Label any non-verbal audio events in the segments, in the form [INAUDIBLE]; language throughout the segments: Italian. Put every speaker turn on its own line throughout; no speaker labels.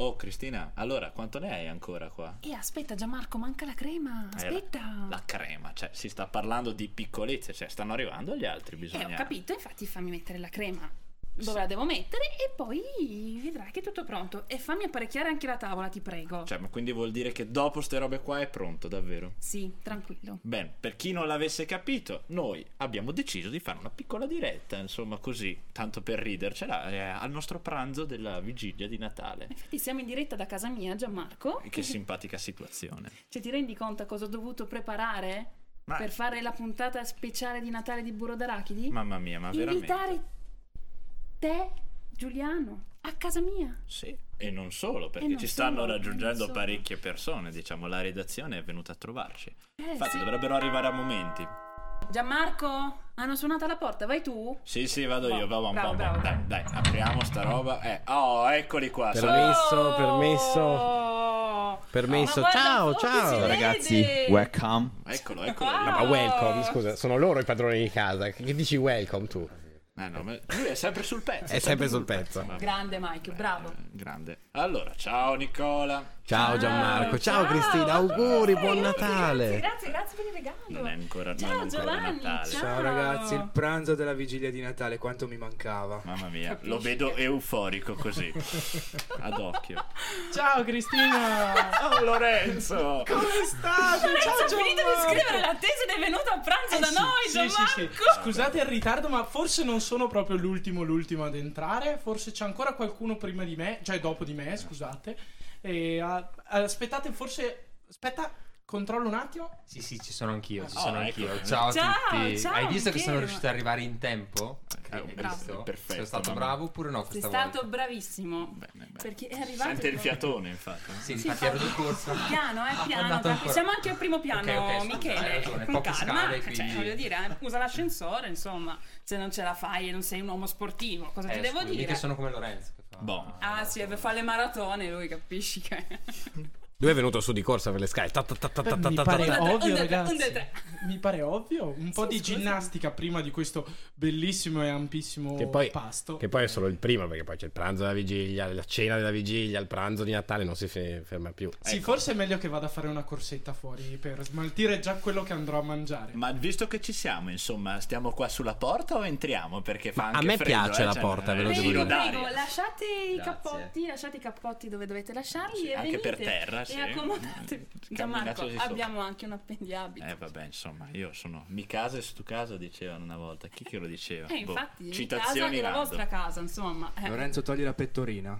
Oh Cristina, allora quanto ne hai ancora qua?
E aspetta Gianmarco, manca la crema.
Eh, la-
Aspetta.
La crema, cioè si sta parlando di piccolezze, cioè stanno arrivando gli altri,
Eh,
bisogna...
ho capito, infatti fammi mettere la crema dove la devo mettere e poi vedrai che è tutto pronto. E fammi apparecchiare anche la tavola, ti prego.
Cioè, ma quindi vuol dire che dopo ste robe qua è pronto, davvero?
Sì, tranquillo.
Bene, per chi non l'avesse capito, noi abbiamo deciso di fare una piccola diretta, insomma così, tanto per ridercela, eh, al nostro pranzo della vigilia di Natale.
Infatti siamo in diretta da casa mia, Gianmarco.
Che simpatica situazione.
Cioè, ti rendi conto cosa ho dovuto preparare
Ma-
per fare la puntata speciale di Natale di Burro d'Arachidi?
Mamma mia, ma veramente...
Invitare te, Giuliano, a casa mia.
Sì, e non solo, perché
non
ci stanno
solo, non
raggiungendo
solo.
parecchie persone, diciamo, la redazione è venuta a trovarci.
Eh,
Infatti
sì.
dovrebbero arrivare a momenti.
Gianmarco, hanno suonato alla porta, vai tu?
Sì, sì, vado io,
Bravo,
va, va,
bravo,
va, va.
bravo.
Dai, dai, apriamo sta roba. Eh, oh, eccoli qua.
Per
sono-
me- Permesso, permesso.
Oh!
Permesso,
Ma guarda,
ciao,
oh,
ciao,
si vede!
Ragazzi, welcome.
Eccolo, eccolo.
Ah.
No,
Ma welcome, scusa, sono loro i padroni di casa. Che dici welcome tu?
ma- eh, no, ma lui è sempre sul pezzo.
È sempre sul pezzo.
Vabbè.
Grande Mike, bravo.
Eh, grande. Allora, ciao Nicola.
Ciao Gianmarco, ciao, Cristina,
ma come
auguri,
stai?
buon
Grazie, Grazie,
Natale.
grazie, grazie per il regalo.
Non è ancora,
Ciao,
non è ancora
Giovanni,
Natale.
ciao.
Ciao ragazzi, il pranzo della vigilia di Natale, quanto mi mancava.
Mamma mia, lo vedo euforico così. Ad occhio.
[LAUGHS]
Ciao Cristina.
Oh Lorenzo!
Lorenzo ha finito di scrivere la tesi ed è venuto a pranzo
Eh
da noi,
sì, sì,
Gianmarco.
sì. Scusate il ritardo, ma forse non sono proprio l'ultimo l'ultimo ad entrare. Forse c'è ancora qualcuno prima di me, cioè dopo di me, scusate. E, ah, aspettate, forse. Aspetta, controllo un attimo.
Sì, sì, ci sono anch'io, ci
Oh,
sono
ecco.
anch'io. Ciao a
Ciao,
tutti.
ciao,
Hai visto che
Michele.
sono riuscito ad arrivare in tempo?
Eh,
Hai
bravo.
visto?
Perfetto,
Sono stato
mamma.
bravo oppure no
Sei
questa volta?
stato bravissimo.
Bene, bene.
Perché è arrivato.
Sente il fiatone, infatti.
Sì,
Sì,
infatti
fa-
ero di corsa.
Piano,
[LAUGHS]
eh,
Ah,
piano.
andato
dai,
ancora.
Siamo anche al primo piano,
Ok, ok, scusa, hai
Michele.
ragione,
con
poche
calma.
scale,
Cioè,
quindi-
voglio dire, eh, usa l'ascensore, insomma. Se non ce la fai e non sei un uomo sportivo, cosa
Eh,
ti devo
scusami,
dire?
Mica sono come Lorenzo che fa.
Boh.
Ah, sì, fa le maratone lui,
[LAUGHS]
capisci che.
Lui è venuto su di corsa per le scale.
Oh,
ta, ta, ta, ta, ta, ta,
Mi
ta,
pare
ta.
Un, due,
ovvio,
tre, un, due,
ragazzi.
tre.
Mi pare ovvio. Un po'
Sì,
di
scusa.
ginnastica prima di questo bellissimo e ampissimo
Che poi,
pasto.
che poi è solo il primo, perché poi c'è il pranzo della vigilia, la cena della vigilia, il pranzo di Natale, non si fe- ferma più.
Sì, forse è meglio che vada a fare una corsetta fuori per smaltire già quello che andrò a mangiare.
Ma visto che ci siamo, insomma, stiamo qua sulla porta o entriamo? Perché fa
Ma a
anche
me
freddo,
piace
eh,
la
cioè,
porta,
eh,
ve lo devo
sì,
Prego,
dire.
Dario.
prego, lasciate i
Grazie.
cappotti, lasciate i cappotti dove dovete lasciarli
Sì,
e
anche
venite.
per terra, sì.
E accomodate.
[LAUGHS]
Camminate
Gianmarco,
così sopra.
abbiamo anche un appendiabito.
Eh vabbè, insomma, io sono mi casa e su tu casa dicevano una volta. Chi che lo diceva?
Eh,
Boh,
infatti, in casa
citazioni
è la
random.
vostra casa, insomma. Eh.
Lorenzo togli la pettorina.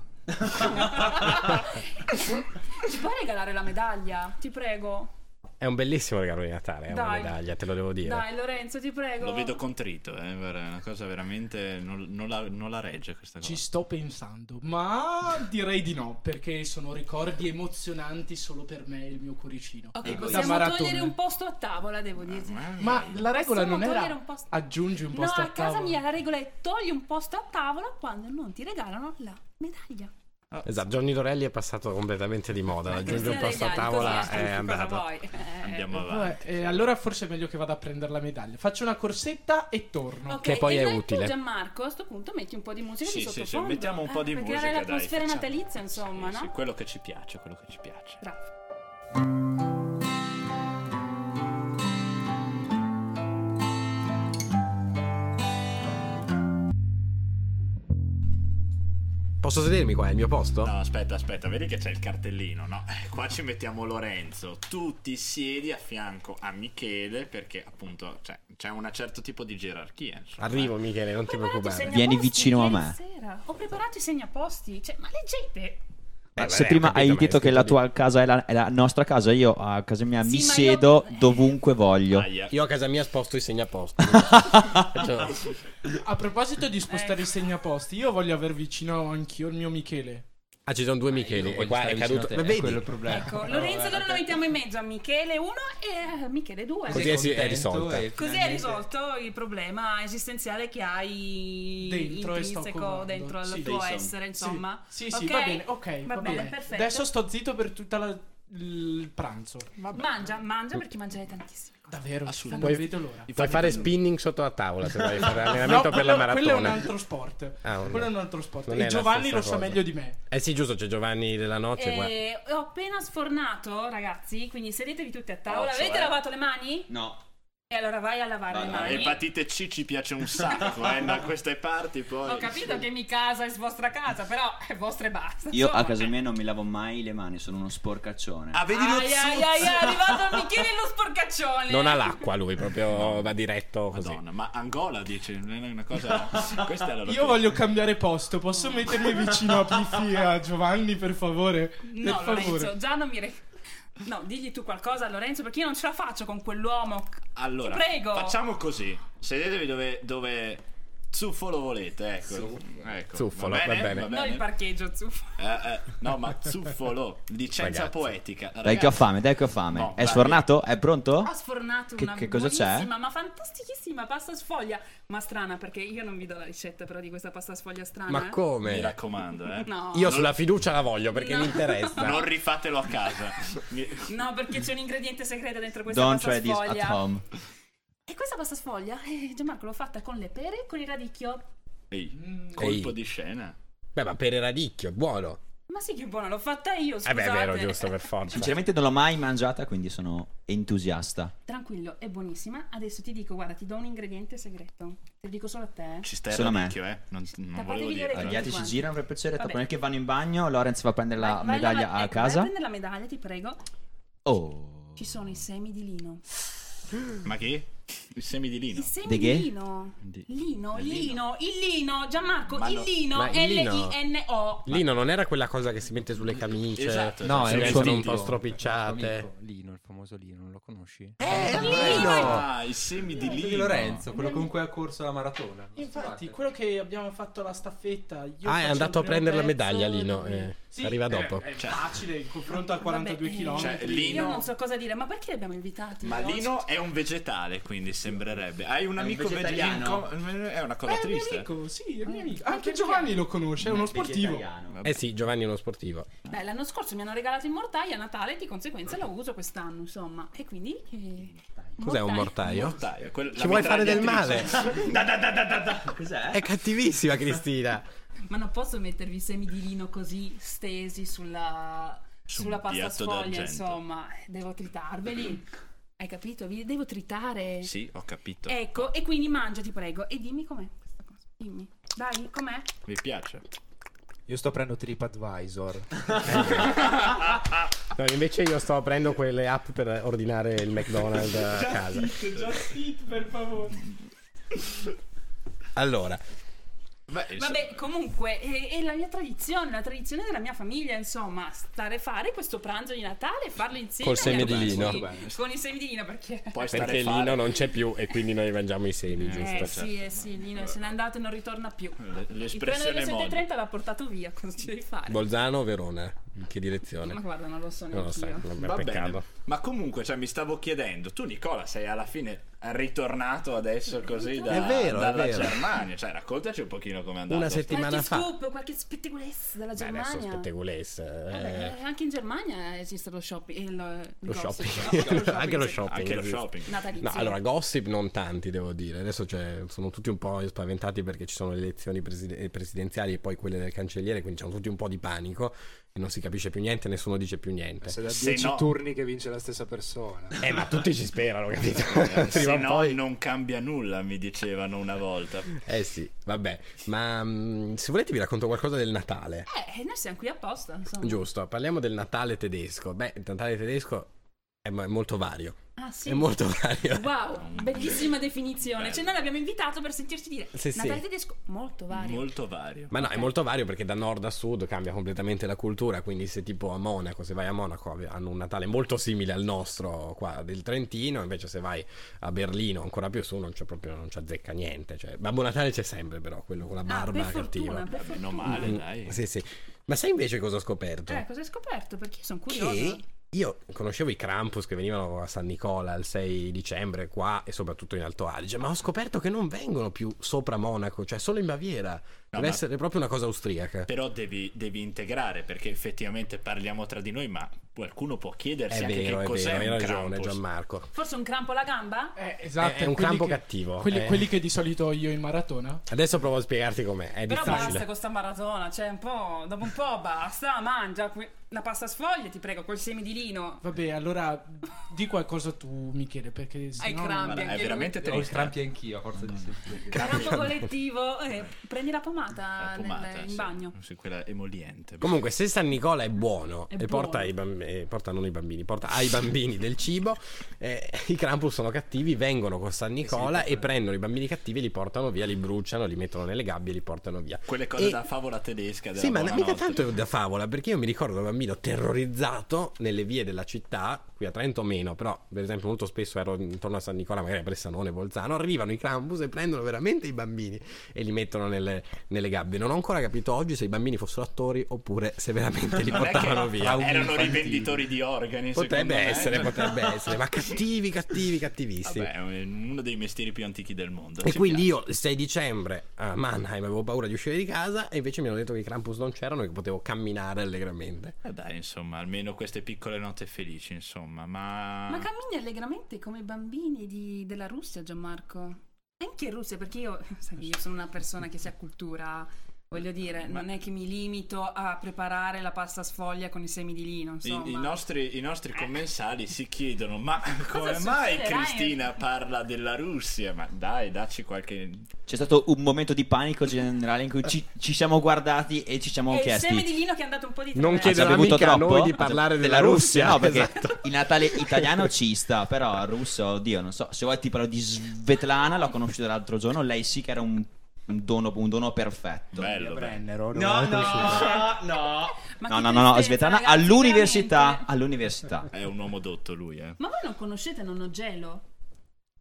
Ci puoi regalare la medaglia? Ti prego.
È un bellissimo regalo di Natale, è una
Dai.
medaglia, te lo devo dire.
Dai, Lorenzo, ti prego.
eh. Lo vedo contrito, eh, guarda, è una cosa veramente non, non la, non la regge questa cosa.
Ci sto pensando, ma direi di no, perché sono ricordi emozionanti solo per me e il mio cuoricino.
Ok,
Ecco,
possiamo
da maratona.
togliere un posto a tavola, devo dirti.
Ma la regola
Possiamo
non
togliere
era
un posto-
aggiungi un
No,
posto
a
a
casa
tavola.
mia la regola è togli un posto a tavola quando non ti regalano la medaglia.
Esatto, Johnny Dorelli è passato completamente di moda. Aggiunge un
Questione
posto a
degli altri,
tavola,
così
è
altri, cosa
andato.
vuoi? Eh,
Andiamo
Vabbè,
avanti.
eh, allora forse è meglio che vada a prendere la medaglia. Faccio una corsetta e torno.
Ok,
Che poi
e
è
dai tu,
utile.
Gianmarco, a sto punto metti un po' di musica di
Sì, sì, sì,
sottofondo.
mettiamo un po' di
eh,
musica,
Per creare
dai,
l'atmosfera
facciamo.
natalizia, insomma,
Sì,
no?
sì, quello che ci piace, quello che ci piace.
Bravo.
Posso sedermi qua? È il mio posto?
No, aspetta, aspetta, vedi che c'è il cartellino, no? Eh, Qua ci mettiamo Lorenzo. Tu ti siedi a fianco a Michele perché appunto cioè, c'è un certo tipo di gerarchia, insomma.
Arrivo, Michele, non ti
Ho preparato i
preoccupare.
segnaposti
Vieni vicino a
ieri
me.
sera. Ho preparato i segnaposti, cioè, ma leggete.
Vabbè,
Eh, Se
ho
prima
capito,
hai
ma è
detto che la
scritto
tua casa è la, è la nostra casa, io a casa mia
Sì,
mi
ma
siedo
io-
dovunque voglio.
eh. Aia.
lì. Io a casa mia sposto i segnaposti. Faccio-
A proposito di spostare
Ecco.
i segnaposti, io voglio aver vicino anch'io il mio Michele.
Ah, ci sono due Micheli.
Eh,
e qua è caduto. Ma
È
vedi?
quello il problema.
Ecco, Lorenzo allora lo mettiamo in mezzo a Michele 1 e a Michele 2.
Così è- si- risolta.
Così è risolto il problema esistenziale che hai
Dentro e sto
intrinseco
covando.
dentro al
Sì,
tuo
insomma.
essere, insomma.
Sì, sì,
Ok?
va bene, ok,
Va, bene, perfetto.
Adesso sto zitto per tutta la il pranzo.
Mangia, mangia perché mangiare tantissime cose.
Davvero?
Assolutamente.
Non vedo l'ora.
Puoi fare spinning sotto la tavola se vai a fare
No,
allenamento per
quello,
la
quello è un
maratona.
altro sport.
Ah, un-
quello è un altro sport.
non è
E
la
Giovanni
stessa
lo sa
cosa.
meglio di me.
Eh sì, giusto, c'è Giovanni della notte qua.
Eh, ho appena sfornato, ragazzi, quindi sedetevi tutti a tavola.
Oh, cioè?
Avete lavato le mani?
No.
E allora vai a lavare
Ma
le
no,
mani.
L'epatite Eh, C ci piace un sacco, eh, da queste parti poi.
Ho capito che mi casa è vostra casa, però è vostra e basta.
Io
insomma. eh.
a casa mia non mi lavo mai le mani, sono uno sporcaccione.
Ah, vedi lo
Ai, ai, ai, è arrivato il bicchiere e lo sporcaccione.
Non ha l'acqua lui, proprio va diretto così.
Madonna, ma Angola dice, non è
[LAUGHS]
una cosa... [LAUGHS] Questa è la loro
Io voglio cambiare posto. Posso mettermi vicino a Piffi e a Giovanni, per favore? per
No,
favore.
Lorenzo, già non mi. re- No, digli tu qualcosa a Lorenzo perché io non ce la faccio con quell'uomo.
Allora,
Ti prego.
facciamo così. Sedetevi dove, dove zuffolo volete, ecco. Ecco,
Zuffolo, va bene.
Non il parcheggio, zuffo.
Eh, eh, no, ma zuffolo, licenza
Ragazzi.
poetica.
Dai che ho
Ragazzi,
fame, dai che ho fame.
No,
è
dai.
sfornato? È pronto?
Ho sfornato
Che-
una
che cosa c'è?
buonissima, ma fantastichissima pasta sfoglia. Ma strana, perché io non vi do la ricetta, però, di questa pasta sfoglia strana. eh.
Ma
Mi
come?
raccomando, eh.
No.
Io sulla fiducia la voglio perché
No.
mi interessa.
Non rifatelo a casa. Mi-
No, perché c'è un ingrediente segreto dentro questa
Don't
pasta
try this
sfoglia.
at home.
E questa pasta sfoglia, eh, Gianmarco, l'ho fatta con le pere e con il radicchio.
Ehi, colpo
Ehi.
di scena.
Beh, ma per il radicchio, è buono.
Ma sì, che buona, l'ho fatta io,
Eh
scusate.
beh, è vero, giusto, per forza.
Sinceramente non l'ho mai mangiata, quindi sono entusiasta.
Tranquillo, è buonissima. Adesso ti dico, guarda, ti do un ingrediente segreto. Te lo dico solo a te.
Ci stai
Solo a me.
radicchio, eh. Non, non volevo
gli
dire.
orecchie.
Gli altri si
quanti.
girano per piacere,
Vabbè.
dopo nel che vanno in bagno, Lorenz va a prendere la
Vai- vai alla-
medaglia a
ecco, vai
casa.
Prendi la medaglia, ti prego.
Oh.
Ci sono i semi di lino.
Ma che? I semi di lino.
I semi
De
di
che?
lino.
Di-
Lino,
del
lino, il lino, Gianmarco,
Ma
il
no-
lino,
ma il lino-
L-I-N-O.
Lino non era quella cosa che si mette sulle camicie.
Esatto.
No,
Si
è un
mettono
suo
un po'
amico.
stropicciate.
Il suo amico, Lino, il famoso Lino, non lo conosci?
Ah, i semi di
Di
lino.
Lorenzo, quello con cui ha corso la maratona.
Infatti, quello che abbiamo fatto la staffetta. Io
Ah, è
faccio
andato
il
a prendere la
primo
medaglia
pezzo,
Lino.
lui-
eh.
Sì,
Arriva
eh,
dopo.
È facile in confronto a 42
Vabbè, eh,
km.
Cioè,
Io
lino-
non so cosa dire, ma perché li abbiamo invitati?
Ma
oggi?
Lino è un vegetale, quindi sembrerebbe. Hai un
È un
amico
vegetariano?
vegetariano? È una
Beh,
cosa
Eh, è mio
triste.
amico, sì, è mio amico.
Ma
Eh, Anche
perché?
Giovanni lo conosce, è [LAUGHS] uno sportivo.
Eh sì, Giovanni è uno sportivo.
Beh, l'anno scorso mi hanno regalato il mortaio a Natale e di conseguenza lo uso quest'anno, insomma. E quindi... eh,
Cos'è un mortaio?
Dai, quella- la
Ci vuoi fare del male?
mitragliatrice. Da, da, da, da, da, da.
Cos'è?
È cattivissima Cristina.
Ma non posso mettervi i semi di lino così stesi sulla,
Su un
sulla pasta
piatto
sfoglia,
d'argento.
insomma. Devo tritarveli. Hai capito? Vi devo tritare.
Sì, ho capito.
Ecco, e quindi mangia, ti prego. E dimmi com'è questa cosa. Dimmi. Dai, com'è?
Mi piace.
Io sto prendendo TripAdvisor.
No, invece io sto aprendo quelle app per ordinare il McDonald's a casa.
Just eat, per favore.
Allora,
Beh, insomma,
Vabbè, comunque, eh, è, è la mia tradizione, la tradizione della mia famiglia, insomma. Stare a fare questo pranzo di Natale e farlo insieme.
Col seme
agli
di
amici.
lino.
Con i semi di lino, perché...
puoi stare
perché
a fare-
Lino non c'è più e quindi noi mangiamo i semi,
Eh
giusto?
sì, eh sì, Lino se n'è andato e non ritorna più.
L-
Il treno delle
L'espressione mondo.
7.30 l'ha portato via, cosa ci devi fare?
Bolzano o Verona? In che direzione?
Ma guarda, non lo so
Boh. Non lo
neanche
so,
io.
vabbè,
Va
peccato.
bene. Ma comunque, cioè, mi stavo chiedendo, tu Nicola sei alla fine ritornato adesso così da,
È vero, è
dalla
vero.
Germania, cioè raccontaci un pochino com'è andato.
Una settimana
Qualche
fa.
scoop, qualche spettegolezza dalla
Beh, adesso
Germania.
spettegolesse. eh.
Vabbè, anche in Germania esiste lo shopping. Il,
Lo
gossip,
[LAUGHS] shopping,
no,
anche lo shopping.
Anche lo
esiste.
shopping.
natalizio.
No, allora gossip non tanti devo dire, adesso c'è- sono tutti un po' spaventati perché ci sono le elezioni preside- eh, presidenziali e poi quelle del cancelliere, quindi c'è tutti un po' di panico e non si capisce più niente, nessuno dice più niente.
Se da
Se
10
no- [LAUGHS]
turni che vince la stessa persona.
Eh, ma tutti ci sperano, capito? [LAUGHS] Prima
[LAUGHS] Se
o
no,
poi-
non cambia nulla, mi dicevano una volta.
Eh sì, vabbè, ma mm, se volete vi racconto qualcosa del Natale.
Eh, noi siamo qui apposta, insomma.
Giusto, parliamo del Natale tedesco. Beh, il Natale tedesco è mo- è molto vario.
Ah, sì.
È molto [LAUGHS] vario.
Wow, bellissima definizione. Cioè, noi l'abbiamo invitato per sentirci dire
Sì, sì.
Natale tedesco molto vario.
Molto vario.
Ma no, è molto vario perché da nord a sud cambia completamente la cultura, quindi se tipo a Monaco, se vai a Monaco ave- hanno un Natale molto simile al nostro qua del Trentino, invece se vai a Berlino ancora più su non c'è proprio, non c'è azzecca niente, cioè Babbo Natale c'è sempre però, quello con la
Ah, per
barba
fortuna,
cattiva.
per fortuna.
Meno male,
Mm,
dai.
Sì, sì. Ma sai invece cosa ho scoperto?
Eh, cosa hai scoperto? Perché io sono curiosa.
che io conoscevo i Krampus che venivano a San Nicola il 6 dicembre qua e soprattutto in Alto Adige, ma ho scoperto che non vengono più sopra Monaco, cioè solo in Baviera. Deve
ma-
essere proprio una cosa austriaca.
Però devi, devi integrare perché effettivamente parliamo tra di noi, ma qualcuno può chiedersi
È
anche
vero,
che
è
cos'è
vero, hai
un
ragione
Krampus.
Gianmarco.
Forse un crampo alla gamba?
Eh, esatto.
È un
quelli
campo
che-
cattivo,
Quelli,
eh.
quelli che di solito ho io in maratona.
Adesso provo a spiegarti com'è, è
Però basta
difficile.
con sta maratona, cioè un po', dopo un po' basta, mangia que- la pasta sfoglia, ti prego, col semi di
[LAUGHS]
lino.
Vabbè, allora di qualcosa tu, Michele, perché
Ai
sennò...
crampi.
Guarda,
Anche
è
lui.
veramente
Ho il
triste.
crampi anch'io a forza
Mm.
di sentire.
Crampo collettivo, eh, prendi la pomata,
La pomata,
nel- in
sì.
bagno.
Sì, quella emoliente.
Comunque, se San Nicola è buono
È
e porta,
buono.
ai bamb- eh, porta non i bambini, porta ai bambini del cibo, eh, i Krampus sono cattivi, vengono con
Eh
San Nicola e prendono i bambini cattivi, li portano via, li bruciano, li mettono nelle gabbie e li portano via.
Quelle cose
E-
da favola tedesca. Della
Sì, ma mica
buonanotte.
tanto è da favola, perché io mi ricordo da bambino terrorizzato nelle vie della città, qui a Trento meno, però per esempio molto spesso ero intorno a San Nicola, magari a Bressanone, Bolzano, arrivano i Krampus e prendono veramente i bambini e li mettono nelle, nelle gabbie. Non ho ancora capito oggi se i bambini fossero attori oppure se veramente li
Non è
portavano
che
via.
Erano
Infantili.
rivenditori di organi. secondo
Potrebbe
me.
essere, potrebbe essere, ma cattivi, cattivi, cattivissimi.
eh? Vabbè, è uno dei mestieri più antichi del mondo.
E
ci
quindi
piace.
io il 6 dicembre a Mannheim avevo paura di uscire di casa e invece mi hanno detto che i Krampus non c'erano e che potevo camminare allegramente.
Eh dai, insomma, almeno queste piccole note felici, insomma, ma...
Ma cammini allegramente come i bambini di- della Russia, Gianmarco. Anche in Russia, perché io, [LAUGHS] sai che io sono una persona che si accultura, voglio dire,
Ma-
non è che mi limito a preparare la pasta sfoglia con i semi di lino,
I,
insomma.
i nostri, I
Eh.
nostri commensali si chiedono: Ma come
succederà
mai
in-
Cristina parla della Russia? Ma dai, dacci qualche.
C'è stato un momento di panico generale in cui ci, ci siamo guardati e ci siamo
e il
chiesti.
seme di lino che è andato un po' di traverso.
"Ah,
Non
ci
chiedono
ha bevuto
mica a
troppo?"
noi di
Ah,
parlare
cioè,
della Russia,
no, perché
esatto.
il Natale italiano ci sta, però il russo, oddio, non so. Se vuoi ti parlo di Svetlana, l'ho conosciuta l'altro giorno, lei sì che era un, un dono, un dono perfetto.
Bello, bello.
Brennero. non
No,
l'ho
no,
conosciuta.
no.
Ma
No,
che
no, no, no,
tristezza,
Svetlana
ragazzi,
all'università,
veramente.
all'università.
È un uomo dotto lui, eh.
Ma voi non conoscete Nonno Gelo?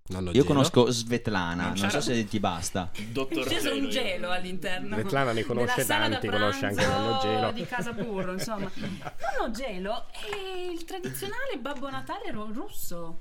Nonno
Io
Gelo.
conosco Svetlana,
Non
non
c'era-
so se ti basta.
Dottor
C'è solo un
Gelo, io-
gelo all'interno.
Svetlana ne conosce
Della sala
tanti,
da
conosce anche Nonno
pranzo
Gelo.
di Casa Burro,
[LAUGHS]
insomma. Nonno Gelo è il tradizionale Babbo Natale ru- russo.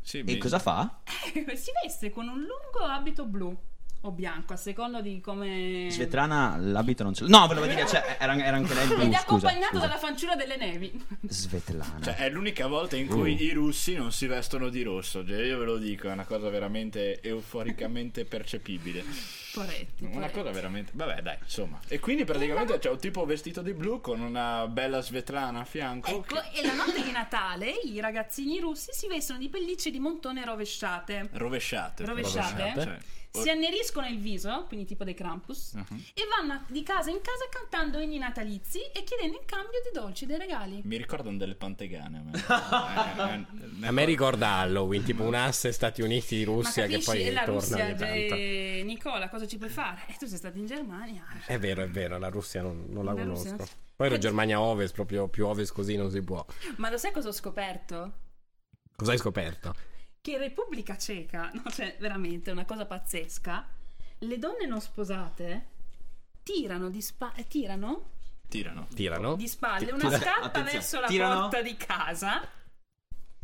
Sì,
E
mi-
cosa fa?
[LAUGHS] si veste con un lungo abito blu o bianco, a seconda di come...
Svetlana l'abito non ce l'ha. No, volevo dire, cioè, era, era anche lei blu,
Ed è
scusa,
accompagnato
scusa.
dalla fanciulla delle nevi.
Svetlana.
Cioè, è l'unica volta in
Mm.
cui i russi non si vestono di rosso. Cioè, io ve lo dico, è una cosa veramente euforicamente percepibile.
Poretti.
Una
poretti.
cosa veramente. Vabbè, dai, insomma. E quindi praticamente c'è un tipo vestito di blu con una bella svetlana a fianco.
Ecco,
che-
e la notte di Natale i ragazzini russi si vestono di pellicce di montone rovesciate.
Rovesciate. Cioè, oh,
Rovesciate.
Sì.
si anneriscono il viso, quindi tipo dei Krampus,
Mhm.
e vanno a- di casa in casa cantando inni natalizi e chiedendo in cambio dei dolci, dei regali.
Mi ricordano delle pantegane.
[LAUGHS]
a me. Eh, eh, eh,
A me ricorda Halloween, tipo un asse Stati Uniti, Russia,
Ma
che
capisci,
poi
è la
torna
Russia,
ogni tanto.
eh, Nicola, cosa ci puoi fare? E tu sei stato in Germania.
È vero, è vero, la Russia non, non la
La
conosco.
Russia?
Poi ero Germania Ovest, proprio più Ovest così non si può.
Ma lo sai cosa ho scoperto?
Cosa hai scoperto?
Che in Repubblica Ceca, no, cioè veramente una cosa pazzesca, le donne non sposate tirano di, spa- eh, tirano
Tirano.
Tirano
di spalle
Ti-
una
tira-
scarpa
attenzione,
verso la
tirano-
porta di casa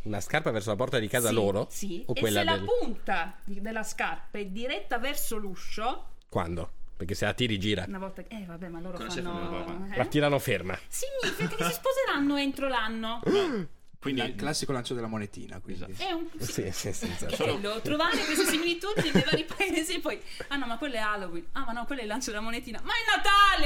una scarpa verso la porta di casa
Sì,
loro?
Sì.
O
e
quella
se la
del...
punta di- della scarpa è diretta verso l'uscio,
Quando? Perché se la tiri gira.
una volta che... Eh vabbè, ma loro
Cosa si fa
fanno...
prima?
eh?
La tirano ferma.
Significa che si sposeranno entro l'anno.
Quindi
Il classico lancio della monetina, quindi.
Esatto.
È un...
Sì, sì, senza.
Che
Solo-
bello trovare queste similitudini nei vari paesi e poi... Ah no, ma quello è Halloween. Ah ma no, quello è il lancio della monetina. Ma è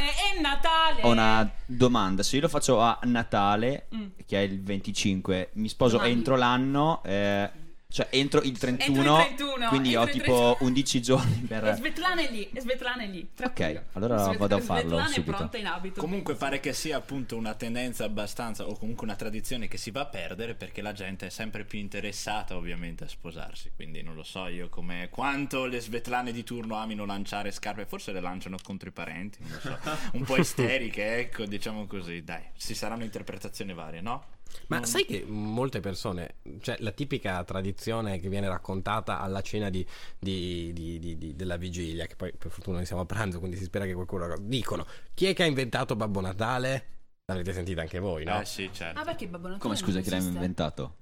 Natale! È Natale!
Ho una domanda, se io lo faccio a Natale,
Mm.
che è il 25, mi sposo
Domani.
entro l'anno, eh, cioè entro il 31,
Entro il 31,
quindi
entro
ho
il
tipo
31.
11 giorni
E
per...
Svetlana è lì, e Svetlana è lì. tranquillo.
Ok, allora vado a farlo
Svetlana è
subito.
pronta in abito.
Comunque pare che sia appunto una tendenza abbastanza o comunque una tradizione che si va a perdere perché la gente è sempre più interessata ovviamente a sposarsi, quindi non lo so io come quanto le svetlane di turno amino lanciare scarpe, forse le lanciano contro i parenti, non lo so, un po' isteriche, ecco, diciamo così, dai, ci saranno interpretazioni varie, no?
Ma
Mm.
Non-
sai che molte persone, cioè la tipica tradizione che viene raccontata alla cena di, di- di- di- di- della vigilia, che poi per fortuna noi siamo a pranzo, quindi si spera che qualcuno... Dicono, chi è che ha inventato Babbo Natale? L'avete sentita anche voi, no?
Eh sì, certo.
Ah perché Babbo Natale
Come scusa
non
che l'hai
esiste?
inventato?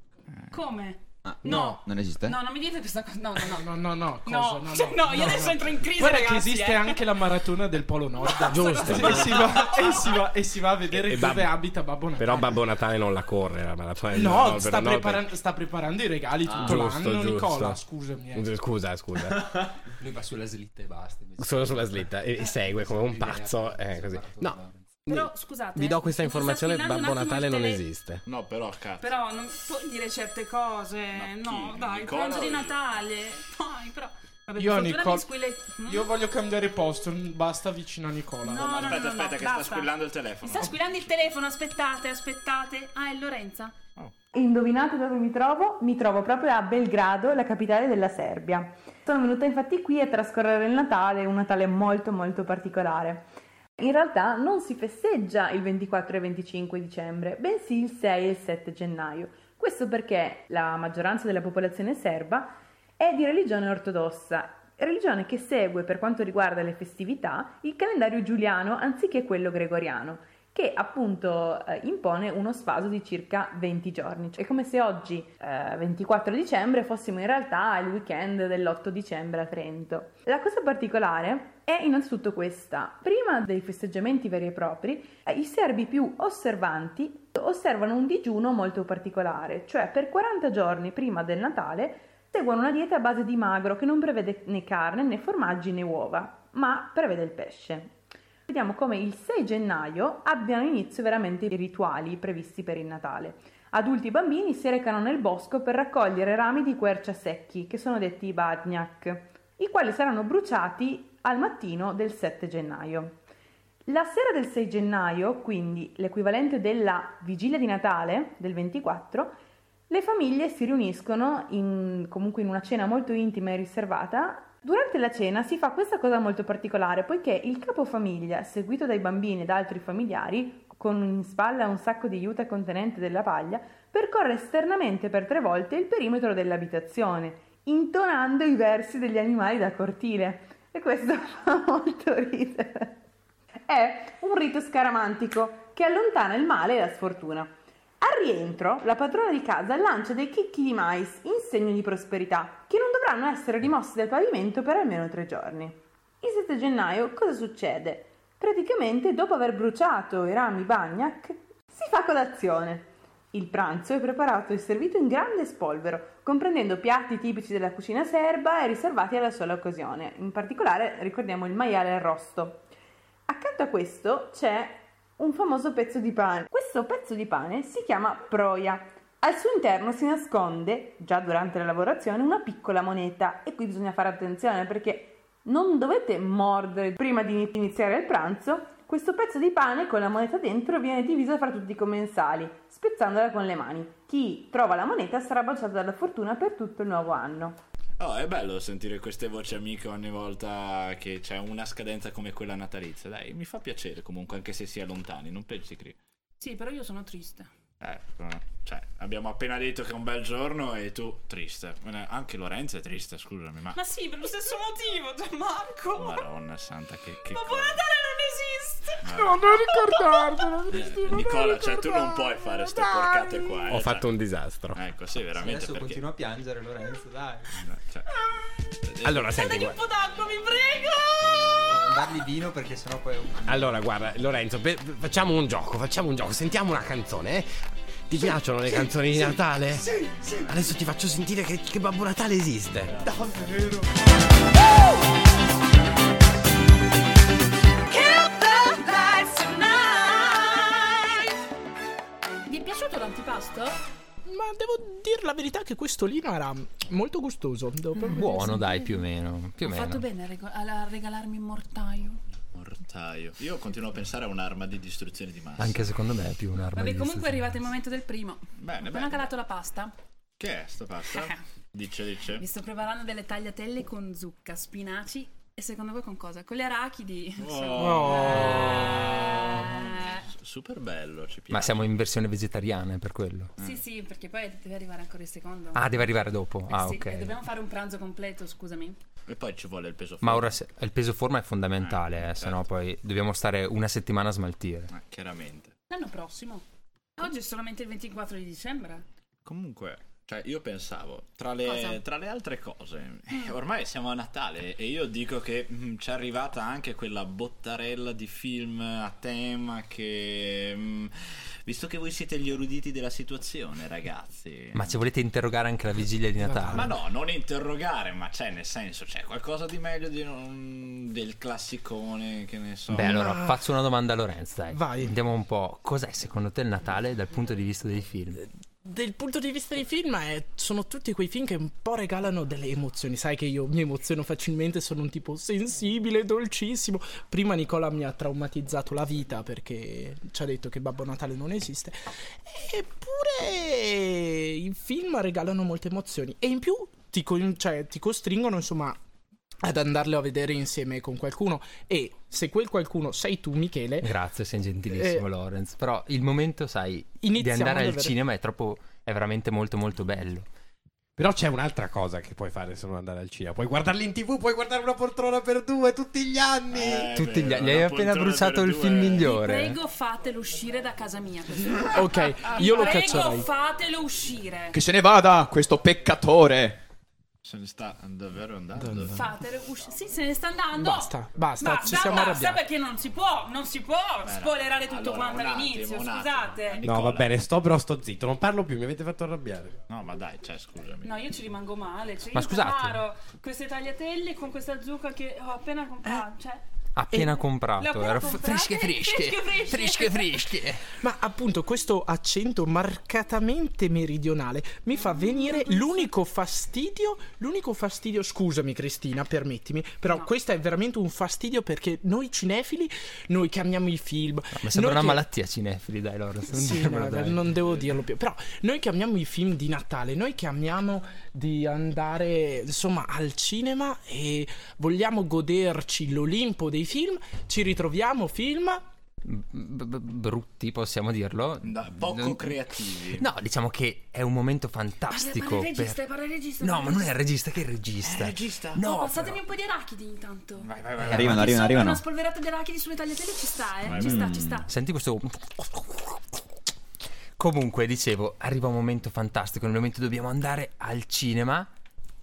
Come?
Ah,
No.
Non esiste?
No, non mi dite questa cosa. No, no, no.
No, no, no. Cosa?
No,
no,
cioè,
no,
no, io adesso entro in crisi,
Guarda
ragazzi,
che esiste
eh.
anche la maratona del Polo Nord.
Giusto.
e, si va, e, si va, e si va a vedere
E
dove
Babbo-
abita Babbo Natale.
Però Babbo Natale non la corre la maratona. del
No,
Nord,
sta,
no, Ah.
preparando, sta preparando i regali tutto
giusto,
l'anno,
giusto.
Nicola. Scusami. eh.
perché- Scusa, scusa.
Lui va sulla slitta e basta. invece.
Solo sulla slitta e, e segue come un
L'idea
pazzo.
è
eh, così.
maratona.
No.
Però scusate.
Vi do questa
mi sta
informazione:
squillando un
Babbo
attimo il
Natale non
tele-
esiste.
No, però cazzo.
Però non puoi dire certe cose.
Ma
No,
chi?
dai, il
Nicola
pranzo
o
di
io?
Natale. Poi, però. Vabbè,
Io,
per fortuna
Nicol-
mi squille- Mm?
Io voglio cambiare posto. Basta vicino a Nicola.
No, no, no,
aspetta,
no, no,
aspetta, che
basta.
sta squillando il
Mi
telefono.
sta squillando il telefono, aspettate, aspettate. Ah, è Lorenza.
Indovinate dove mi trovo? Mi trovo proprio a Belgrado, la capitale della Serbia. Sono venuta infatti qui a trascorrere il Natale, un Natale molto molto particolare. In realtà non si festeggia il 24 e 25 dicembre, bensì il 6 e il 7 gennaio. Questo perché la maggioranza della popolazione serba è di religione ortodossa, religione che segue per quanto riguarda le festività il calendario giuliano anziché quello gregoriano che appunto eh, impone uno sfaso di circa 20 giorni. Cioè, è come se oggi, eh, 24 dicembre, fossimo in realtà il weekend dell'8 dicembre a Trento. La cosa particolare è innanzitutto questa. Prima dei festeggiamenti veri e propri, eh, i serbi più osservanti osservano un digiuno molto particolare, cioè per 40 giorni prima del Natale seguono una dieta a base di magro che non prevede né carne, né formaggi, né uova, ma prevede il pesce. Vediamo come il 6 gennaio abbiano inizio veramente i rituali previsti per il Natale. Adulti e bambini si recano nel bosco per raccogliere rami di quercia secchi, che sono detti badniak, i quali saranno bruciati al mattino del 7 gennaio. La sera del 6 gennaio, quindi l'equivalente della vigilia di Natale del 24, le famiglie si riuniscono in- comunque in una cena molto intima e riservata. Durante la cena si fa questa cosa molto particolare, poiché il capofamiglia, seguito dai bambini e da altri familiari, con in spalla un sacco di juta contenente della paglia, percorre esternamente per tre volte il perimetro dell'abitazione, intonando i versi degli animali da cortile. E questo [LAUGHS] fa molto ridere. È un rito scaramantico che allontana il male e la sfortuna. Al rientro, la padrona di casa lancia dei chicchi di mais in segno di prosperità, che non dovranno essere rimossi dal pavimento per almeno tre giorni. Il 7 gennaio cosa succede? Praticamente, dopo aver bruciato i rami bagnac, si fa colazione. Il pranzo è preparato e servito in grande spolvero, comprendendo piatti tipici della cucina serba e riservati alla sola occasione. In particolare ricordiamo il maiale arrosto. Accanto a questo c'è un famoso pezzo di pane. Questo pezzo di pane si chiama proia. Al suo interno si nasconde, già durante la lavorazione, una piccola moneta e qui bisogna fare attenzione perché non dovete mordere prima di iniziare il pranzo. Questo pezzo di pane con la moneta dentro viene diviso fra tutti i commensali, spezzandola con le mani. Chi trova la moneta sarà baciato dalla fortuna per tutto il nuovo anno.
Oh, è bello sentire queste voci amiche ogni volta che c'è una scadenza come quella natalizia. Dai, mi fa piacere comunque, anche se si è lontani, non pensi, Cri?
Sì, però io sono triste.
Eh, eh, cioè, abbiamo appena detto che è un bel giorno e tu triste. Eh, Anche Lorenzo è triste, scusami, ma...
Ma sì, per lo stesso motivo, Gianmarco.
Madonna santa, che... che
Ma
cosa.
Buon Natale non esiste.
No,
[LAUGHS]
non ricordarmelo,
Eh, Nicola, cioè tu non puoi fare ste porcate qua. eh,
Ho
cioè.
fatto un disastro.
Ecco, sì, veramente
Adesso
perché...
continua a piangere Lorenzo, dai.
Cioè...
Allora, senti,
Datemi Ah, un
guarda.
po' d'acqua, vi prego.
Non dargli vino perché sennò poi...
Allora, guarda, Lorenzo, pe- facciamo un gioco, facciamo un gioco, sentiamo una canzone, eh? Ti piacciono le canzoni di Natale? Sì, sì. Adesso ti faccio sentire che, che Babbo Natale esiste.
Vi è piaciuto l'antipasto?
Ma devo dire la verità che questo lino era molto gustoso. Devo proprio-
Buono, dai, più o meno. Più o
Ho fatto
meno.
bene a, rego- a regalarmi il mortaio.
Mortaio. Io continuo a pensare a un'arma di distruzione di massa.
Anche secondo me è più un'arma.
Vabbè,
di
comunque è
distruzione.
arrivato il momento del primo.
Bene,
Non ha
bene.
calato la pasta?
Che è sta pasta? Dice,
Mi
dice.
sto preparando delle tagliatelle con zucca, spinaci e secondo voi con cosa? Con le arachidi.
Oh.
Eh,
Super bello, ci piace.
Ma siamo in versione vegetariana, è per quello.
Mm.
Sì, sì, perché poi deve arrivare ancora il secondo.
Ah, deve arrivare dopo.
Eh
Ah,
sì,
ok.
e dobbiamo fare un pranzo completo, scusami.
E poi ci vuole il peso
Ma
forte.
ora se- il peso forma è fondamentale, eh,
Eh,
se no
Certo.
poi dobbiamo stare una settimana a smaltire.
Eh, chiaramente.
L'anno prossimo. Oggi è solamente il 24 di dicembre.
Comunque, Cioè, io pensavo, tra le,
Cosa?
tra le altre cose, eh, ormai siamo a Natale e io dico che mm, ci è arrivata anche quella bottarella di film a tema che... mm, visto che voi siete gli eruditi della situazione, ragazzi...
Ma ci volete interrogare anche la vigilia di Natale?
Ma no, non interrogare, ma c'è nel senso, c'è qualcosa di meglio di un- del classicone, che ne
Oh.
so.
Beh, allora
Ah.
Ma-
faccio una domanda a Lorenzo, dai. Vai. Andiamo un po'. Cos'è secondo te il Natale dal punto di vista dei film?
Eh. Del punto di vista dei film, è- sono tutti quei film che un po' regalano delle emozioni. Sai che io mi emoziono facilmente, sono un tipo sensibile, dolcissimo. Prima Nicola mi ha traumatizzato la vita perché ci ha detto che Babbo Natale non esiste. Eppure i film regalano molte emozioni e in più ti, co- cioè, ti costringono, insomma, ad andarlo a vedere insieme con qualcuno. E se quel qualcuno sei tu, Michele,
Grazie, sei gentilissimo,
Eh,
Lorenz. Però il momento, sai, di
Iniziamo
andare
ad
al
avere-
cinema è troppo. è veramente molto, molto bello.
Però c'è un'altra cosa che puoi fare se non andare al cinema. Puoi guardarli in tv, puoi guardare una poltrona per due tutti gli anni.
Eh,
Tutti gli anni. Hai appena bruciato il film migliore.
Prego, fatelo uscire da casa mia. questo.
Ok, [LAUGHS] io lo
Prego,
caccerei.
fatelo uscire.
Che se ne vada questo peccatore.
Se ne sta davvero andando.
Fatelo uscire. Sì, se ne sta andando.
Basta, basta,
Basta,
ci siamo
basta,
arrabbiati.
perché non si può, non si può spoilerare tutto
allora,
quanto
un attimo,
all'inizio,
un attimo. Eh,
scusate.
No, va bene, sto però sto zitto, non parlo più, mi avete fatto arrabbiare.
No, ma dai, cioè, scusami.
No, io ci rimango male. Cioè,
Ma
io
scusate.
preparo queste tagliatelle con questa zucca che ho appena comprato.
Eh?
Cioè,
Appena comprato.
le ho appena
Esatto, era
comprate,
fresche, fresche.
fresche,
fresche.
Ma appunto questo accento marcatamente meridionale mi fa venire l'unico fastidio, l'unico fastidio, scusami Cristina, permettimi, però questo è veramente un fastidio perché noi cinefili, noi che amiamo i film...
Ah, Ma sembra una
noi che-
malattia cinefili, dai, Lorenz. Non
Sì,
dirmelo,
no,
dai.
non devo dirlo più. Però noi che amiamo i film di Natale, noi che amiamo di andare insomma al cinema e vogliamo goderci l'Olimpo dei film, ci ritroviamo film
[LAUGHS] B- b- brutti, possiamo dirlo.
poco creativi.
No, diciamo che è un momento fantastico.
Parla il
per-
regista, parla il regista.
No,
parla
ma non è il regista, che è il regista.
No,
No, eh,
passatemi un po' di arachidi intanto. Vai,
vai, vai.
Eh,
Arrivano,
Una
arrivano, arrivano.
spolverata di arachidi sulle tagliatelle ci sta, eh.
Vai,
ci
vai.
sta, ci sta.
Senti questo. Comunque, dicevo, arriva un momento fantastico. Nel momento dobbiamo andare al cinema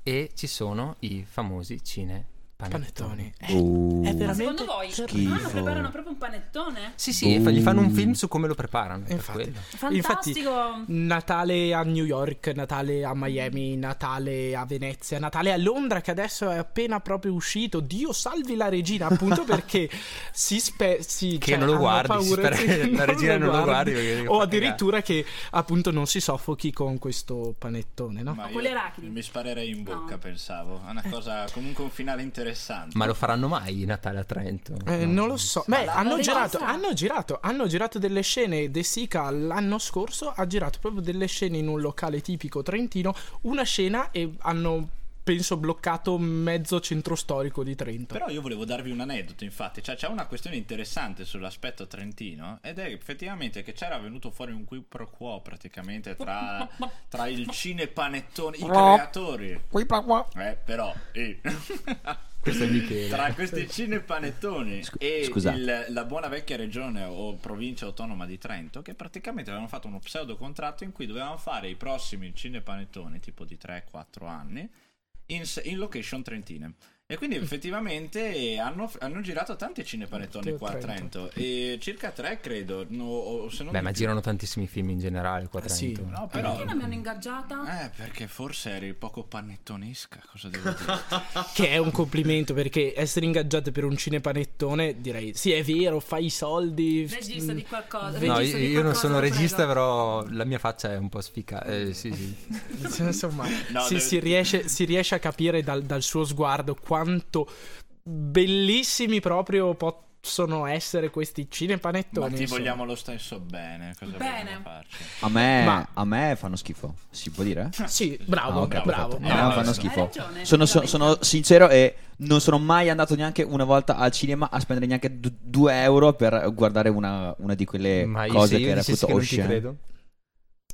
e ci sono i famosi cine panettoni.
Uh.
Ma secondo voi
schifo.
ah, preparano proprio un panettone?
Sì, sì, e fa- gli fanno un film su come lo preparano. per quello.
Fantastico.
Infatti, Natale a New York, Natale a Miami,
Mm.
Natale a Venezia, Natale a Londra che adesso è appena proprio uscito. Dio salvi la
[LAUGHS]
regina, appunto perché si spe- si-
Che
cioè,
non lo
hanno
guardi, si spera
paura che [LAUGHS]
che la regina non lo guardi, perché
o
fa
addirittura che appunto non si soffochi con questo panettone, no?
Ma io mi sparerei in bocca, pensavo. È una cosa, comunque un finale interessante.
Ma lo faranno mai Natale a Trento?
Eh,
No.
non lo so. Beh,
la-
hanno
la
girato,
rivista?
hanno girato, hanno girato delle scene. De Sica l'anno scorso ha girato proprio delle scene in un locale tipico trentino. Una scena e hanno, penso, bloccato mezzo centro storico di Trento.
Però io volevo darvi un aneddoto, infatti, cioè c'è una questione interessante sull'aspetto trentino ed è effettivamente che c'era venuto fuori un qui pro quo
[LAUGHS]
praticamente tra, tra il cinepanettone, i
Pro.
creatori.
Qui pro quo.
Eh, però, eh.
Questo è Michele.
Tra questi cinepanettoni e
scusate.
il- la buona vecchia regione o provincia autonoma di Trento, che praticamente avevano fatto uno pseudo contratto in cui dovevano fare i prossimi cinepanettoni, tipo di 3-4 anni, in, s- in location trentine. E quindi effettivamente hanno, hanno girato tanti cinepanettoni qua a Trento, e circa 3 credo, no, o se non
Beh,
di
ma
più.
girano tantissimi film in generale qua a Trento.
No, però...
Perché non mi hanno ingaggiata?
Eh, perché forse eri poco panettonesca, cosa devo dire?
Che è un complimento perché essere ingaggiate per un cinepanettone direi sì, è vero, fai i soldi.
Regista di qualcosa.
No,
regista
io,
di
io non
qualcosa,
sono
lo prego.
regista, però la mia faccia è un po' sfica. eh, sì, sì.
mm, [LAUGHS] Insomma,
No,
sì,
deve-
si, riesce, si riesce a capire dal, dal suo sguardo quanto bellissimi proprio possono essere questi
Ma
cinepanettoni.
ti
insomma.
vogliamo lo stesso bene, cosa
Bene.
vogliamo farci?
A me,
Ma-
a me fanno schifo. Si può dire?
Sì, bravo,
Ah, ok,
bravo,
perfetto.
bravo.
A me fanno
Hai
schifo.
ragione,
Sono, so- sono sincero e non sono mai andato neanche una volta al cinema a spendere neanche 2 euro per guardare una, una di quelle
Ma io
Eh, cose
se io
che
dicessi
reputo
che non ti
oscene.
credo?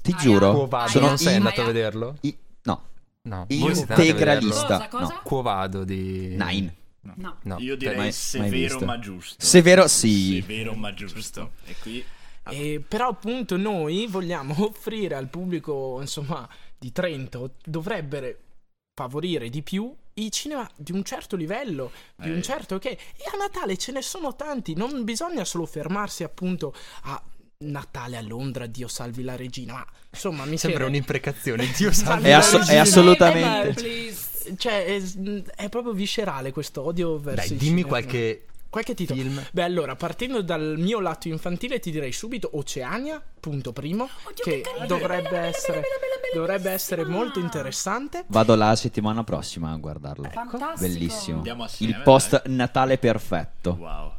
Ti giuro,
Quo vado,
sono
non sei
in-
andato a vederlo?
No.
No,
Io
voi siete andati a
integralista,
vederlo?
Cosa, cosa? no.
Quo vado di... cioè,
Nine.
No.
Io direi
Mai- mai
severo
visto.
ma giusto.
Severo, sì.
Severo ma giusto. E qui
[LAUGHS] Eh, però appunto noi vogliamo offrire al pubblico insomma di Trento dovrebbero favorire di più i cinema di un certo livello, di un certo che... E a Natale ce ne sono tanti, non bisogna solo fermarsi appunto a Natale a Londra, Dio salvi la regina. Ma, insomma,
Sembra
mi sembra
un'imprecazione, Dio salve.
È
la
asso- è
regina.
assolutamente- Cioè, è, è proprio viscerale questo odio
Eh,
verso
Dai,
il
dimmi
cinema.
qualche
Qualche titolo. Beh, allora, partendo dal mio lato infantile, ti direi subito Oceania, punto primo, che, dovrebbe essere, dovrebbe essere molto interessante.
Vado là settimana prossima a guardarlo.
Fantastico.
Bellissimo.
Andiamo assieme,
Il post Natale perfetto.
Wow.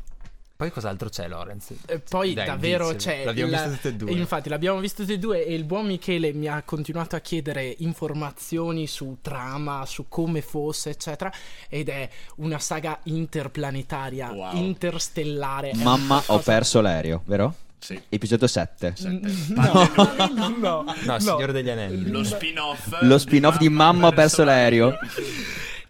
Poi cos'altro c'è, Lorenz?
E poi
Dai,
davvero
dicelo.
c'è.
L'abbiamo
la-
visto tutte e due.
Infatti, l'abbiamo visto tutte e due. E il buon Michele mi ha continuato a chiedere informazioni su trama, su come fosse, eccetera. Ed è una saga interplanetaria, interstellare. è
Mamma, ho
qualcosa-
perso l'aereo, vero?
Sì.
Episodio 7.
[LAUGHS] No, no,
No, Signore degli Anelli.
Lo spin-off.
Lo spin-off di Mamma ho perso l'aereo.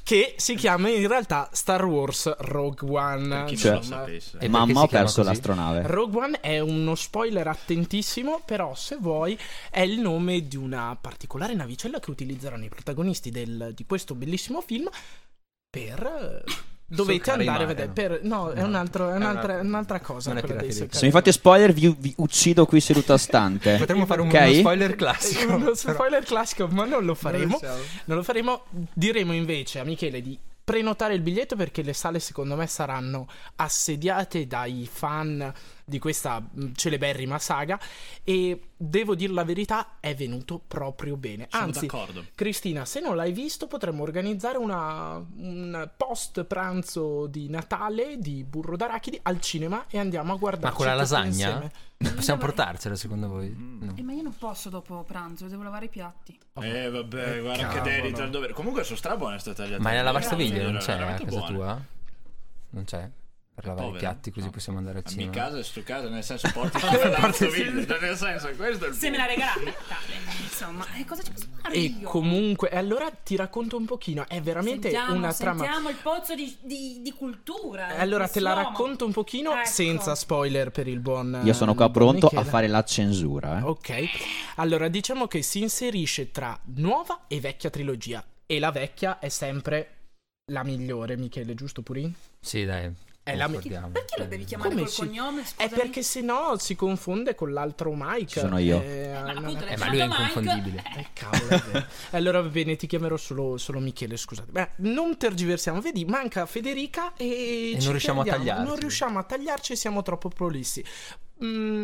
Che si chiama in realtà Star Wars Rogue One.
chi non lo
Insomma,
sapesse. E Mamma, perché si ho chiama perso così? l'astronave.
Rogue One è uno spoiler attentissimo, però se vuoi è il nome di una particolare navicella che utilizzeranno i protagonisti del- di questo bellissimo film per... [LAUGHS] eh, Dovete
Solcare i
andare a
mare,
vedere. per- no, è, un altro- è un'altra,
un'altra-
un'altra cosa.
non è
quella dei
Pirati
Solcare
Se mi fate spoiler, vi, vi uccido qui seduta stante.
Potremmo fare
un-
Ok?
uno spoiler
Eh, Uno spoiler classico, ma non lo faremo.
siamo.
Non lo faremo. Diremo invece a Michele di prenotare il biglietto perché le sale secondo me saranno assediate dai fan di questa mh, celeberrima saga e devo dire la verità è venuto proprio bene
Sono
anzi
d'accordo.
Cristina se non l'hai visto potremmo organizzare una, un post pranzo di Natale di burro d'arachidi al cinema e andiamo a
Ma
guardarci
con la
tutti
lasagna?
insieme.
Possiamo portarcela secondo voi? No.
Mm.
Eh, ma io non posso dopo pranzo, devo lavare i piatti.
Eh vabbè,
Eh,
guarda che
cavolo.
dedito al dovere. Comunque sono strabuona sta tagliata.
Ma è la lavastoviglie non c'è a
veramente
casa
buona.
tua? Non c'è? Per lavare
povera.
i piatti così possiamo andare al
A mia
cinema.
casa è sto caso, nel
[LAUGHS]
senso porti la lavastoviglie, cioè, nel senso questo è il
Se me la
punto.
regalate, Natale, eh, insomma, eh, cosa ci posso fare
E
io?
comunque, e allora ti racconto un pochino, è veramente
sentiamo,
una trama. Eh,
sentiamo il pozzo di, di- di cultura.
Allora
di
te la
questo uomo.
racconto un pochino
Ecco.
senza spoiler per il buon
Io sono qua
il buon
pronto a
Michele. Oh,
fare la censura. eh.
Ok. Allora, diciamo che si inserisce tra nuova e vecchia trilogia e la vecchia è sempre la migliore, Michele, giusto Purin?
Sì, dai.
È la
Concordiamo.
Perché lo devi chiamare
Come
col
si-
cognome?
È
Scusami.
perché se no si confonde con l'altro Mike.
sono io.
Eh, non
appunto,
è-
l'hai Eh, ma lui è chiamato Mike. inconfondibile.
Eh, cavolo, è
[LAUGHS]
vero. allora va bene, ti chiamerò solo, solo Michele, scusate. Beh, non tergiversiamo, vedi, manca Federica e...
non
ci
riusciamo a
perdiamo.
tagliarci.
Non riusciamo a tagliarci, siamo troppo prolissi. Mm,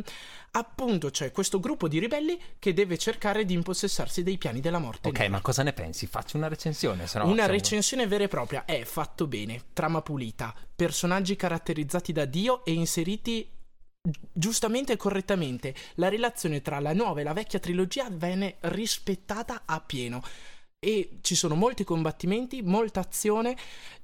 appunto, c'è questo gruppo di ribelli che deve cercare di impossessarsi dei piani della morte.
Ok, ma cosa ne pensi? Faccio una recensione, sennò
Una
siamo-
recensione vera e propria è fatto bene, trama pulita, personaggi caratterizzati da Dio e inseriti gi- giustamente e correttamente. La relazione tra la nuova e la vecchia trilogia viene rispettata a pieno. E ci sono molti combattimenti, molta azione.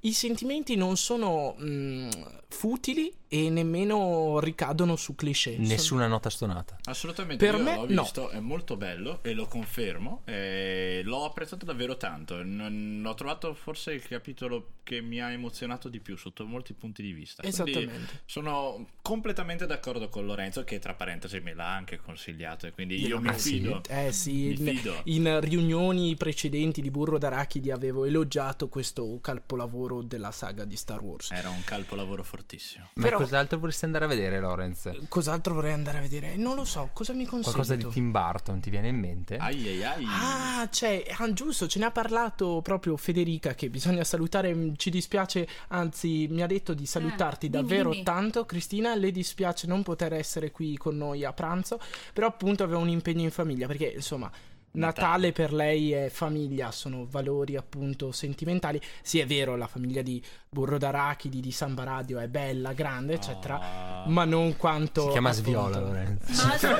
I sentimenti non sono mh, futili e nemmeno ricadono su cliché. Sono-
Nessuna nota stonata.
Assolutamente,
Per
io
me,
l'ho
no.
visto, è molto bello e lo confermo, e l'ho apprezzato davvero tanto, Non- l'ho trovato forse il capitolo che mi ha emozionato di più sotto molti punti di vista. Quindi
Esattamente.
sono completamente d'accordo con Lorenzo che tra parentesi me l'ha anche consigliato e quindi io mi
Ah, sì.
fido.
Eh sì,
Mi
in,
fido.
in riunioni precedenti di Burro d'Arachidi avevo elogiato questo capolavoro della saga di Star Wars.
Era un calpolavoro fortissimo.
Ma
Però-
cos'altro vorresti andare a vedere, Lorenz?
Cos'altro vorrei andare a vedere? Non lo so, cosa mi consigli?
Qualcosa
tu?
di Tim Burton ti viene in
Eh?
mente?
Ai ai ai.
Ah, c'è, ah, giusto, ce ne ha parlato proprio Federica che bisogna salutare, mm, ci dispiace, anzi mi ha detto di salutarti
Eh, dimmi,
davvero
dimmi.
tanto, Cristina, le dispiace non poter essere qui con noi a pranzo, però appunto aveva un impegno in famiglia, perché insomma... Natale per lei è famiglia, sono valori appunto sentimentali. Sì, è vero, la famiglia di Burro d'Arachidi, di Samba Radio è bella, grande, eccetera, ma non quanto.
Ah. Si chiama
appunto-
Sviola, Lorenzo.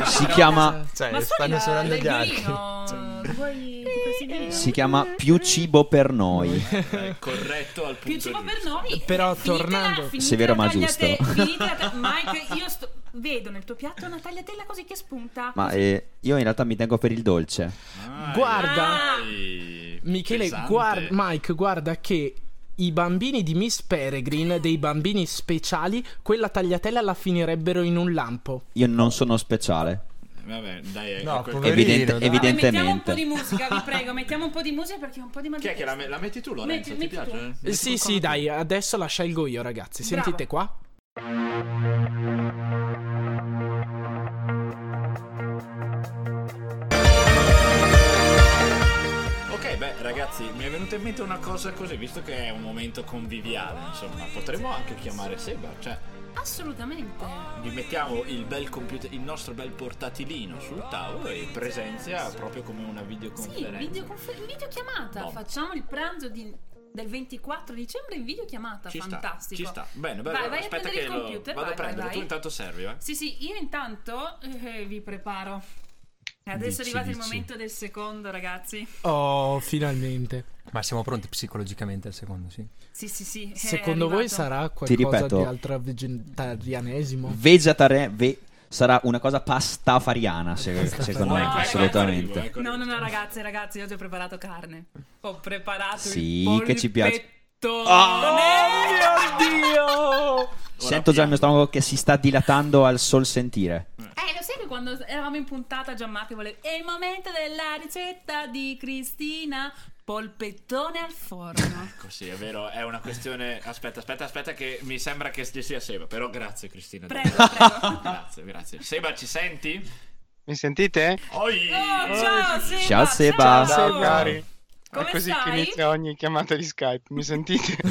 Si chiama-
[LAUGHS] Cioè,
Ma
stanno suonando gli archi.
Vuoi
Si chiama Più cibo per noi.
È corretto al
più
punto
cibo per noi?
Però tornando.
Finite
Severo
la
ma
tagliate-
giusto.
finite la ta- Mike, io sto- vedo nel tuo piatto una tagliatella così che spunta.
Ma eh, io in realtà mi tengo per il dolce.
Guarda, Michele,
pesante.
guar- Mike, guarda che i bambini di Miss Peregrine, dei bambini speciali, quella tagliatella la finirebbero in un lampo.
Io non sono speciale.
Vabbè, dai, eh,
No,
quel-
poverino, Evidente- dai. evidentemente.
Mettiamo un po' di musica, vi prego, mettiamo un po' di musica perché ho un po' di mal di
Chi è che la, me- la metti tu, Lorenzo?
Metti-
Ti
metti tu.
piace?
Eh, Sì, sì, dai, adesso la scelgo io, ragazzi.
Bravo.
Sentite qua.
Ok, beh, ragazzi, mi è venuta in mente una cosa così, visto che è un momento conviviale, insomma, potremmo anche chiamare Seba, cioè
Assolutamente.
gli mettiamo il bel computer, il nostro bel portatilino sul tavolo e presenzia proprio come una
Sì,
videoconferenza.
videoconfer- videochiamata.
Bomba.
Facciamo il pranzo di- del 24 dicembre in videochiamata.
Ci
Esatto, Fantastico.
sta, ci sta. Bene, bene,
Vai, vai a
aspetta
prendere
che
il
lo-
computer.
vado
vai,
a prenderlo,
vai,
tu
vai.
intanto servi, eh.
Sì, sì, io intanto eh, vi preparo. E Adesso
Dici,
è arrivato il
dici.
momento del secondo, ragazzi.
Oh, finalmente.
Ma siamo pronti psicologicamente al secondo, sì.
Sì, sì, sì. Eh, è
Secondo voi
arrivato.
sarà
Ti
qualcosa
ripeto.
di altra vegetarianesimo? [LAUGHS]
Vegetare ve- sarà una cosa pastafariana, se- secondo me,
ecco,
No, ragazzi,
assolutamente.
No, no, no, ragazzi, ragazzi, oggi ho preparato carne. Ho preparato
Sì,
il
che ci piace.
polpettone.
Oh mio Dio!
Oh, Sento già il mio stomaco che si sta dilatando al sol sentire.
Eh, lo sai che quando eravamo in puntata Gianmarco voleva... È il momento della ricetta di Cristina, polpettone al forno.
[LAUGHS]
Così, è vero, è una questione. Aspetta, aspetta, aspetta, che mi sembra che ci sia Seba. Però grazie, Cristina.
Prego,
[LAUGHS]
Oh,
prego. grazie, grazie. Seba, ci senti?
Mi sentite?
Oi!
Oh, ciao, Seba!
Ciao,
Seba.
Ciao, cari.
Come
è così
stai?
che inizia ogni chiamata di Skype. Mi sentite? [LAUGHS]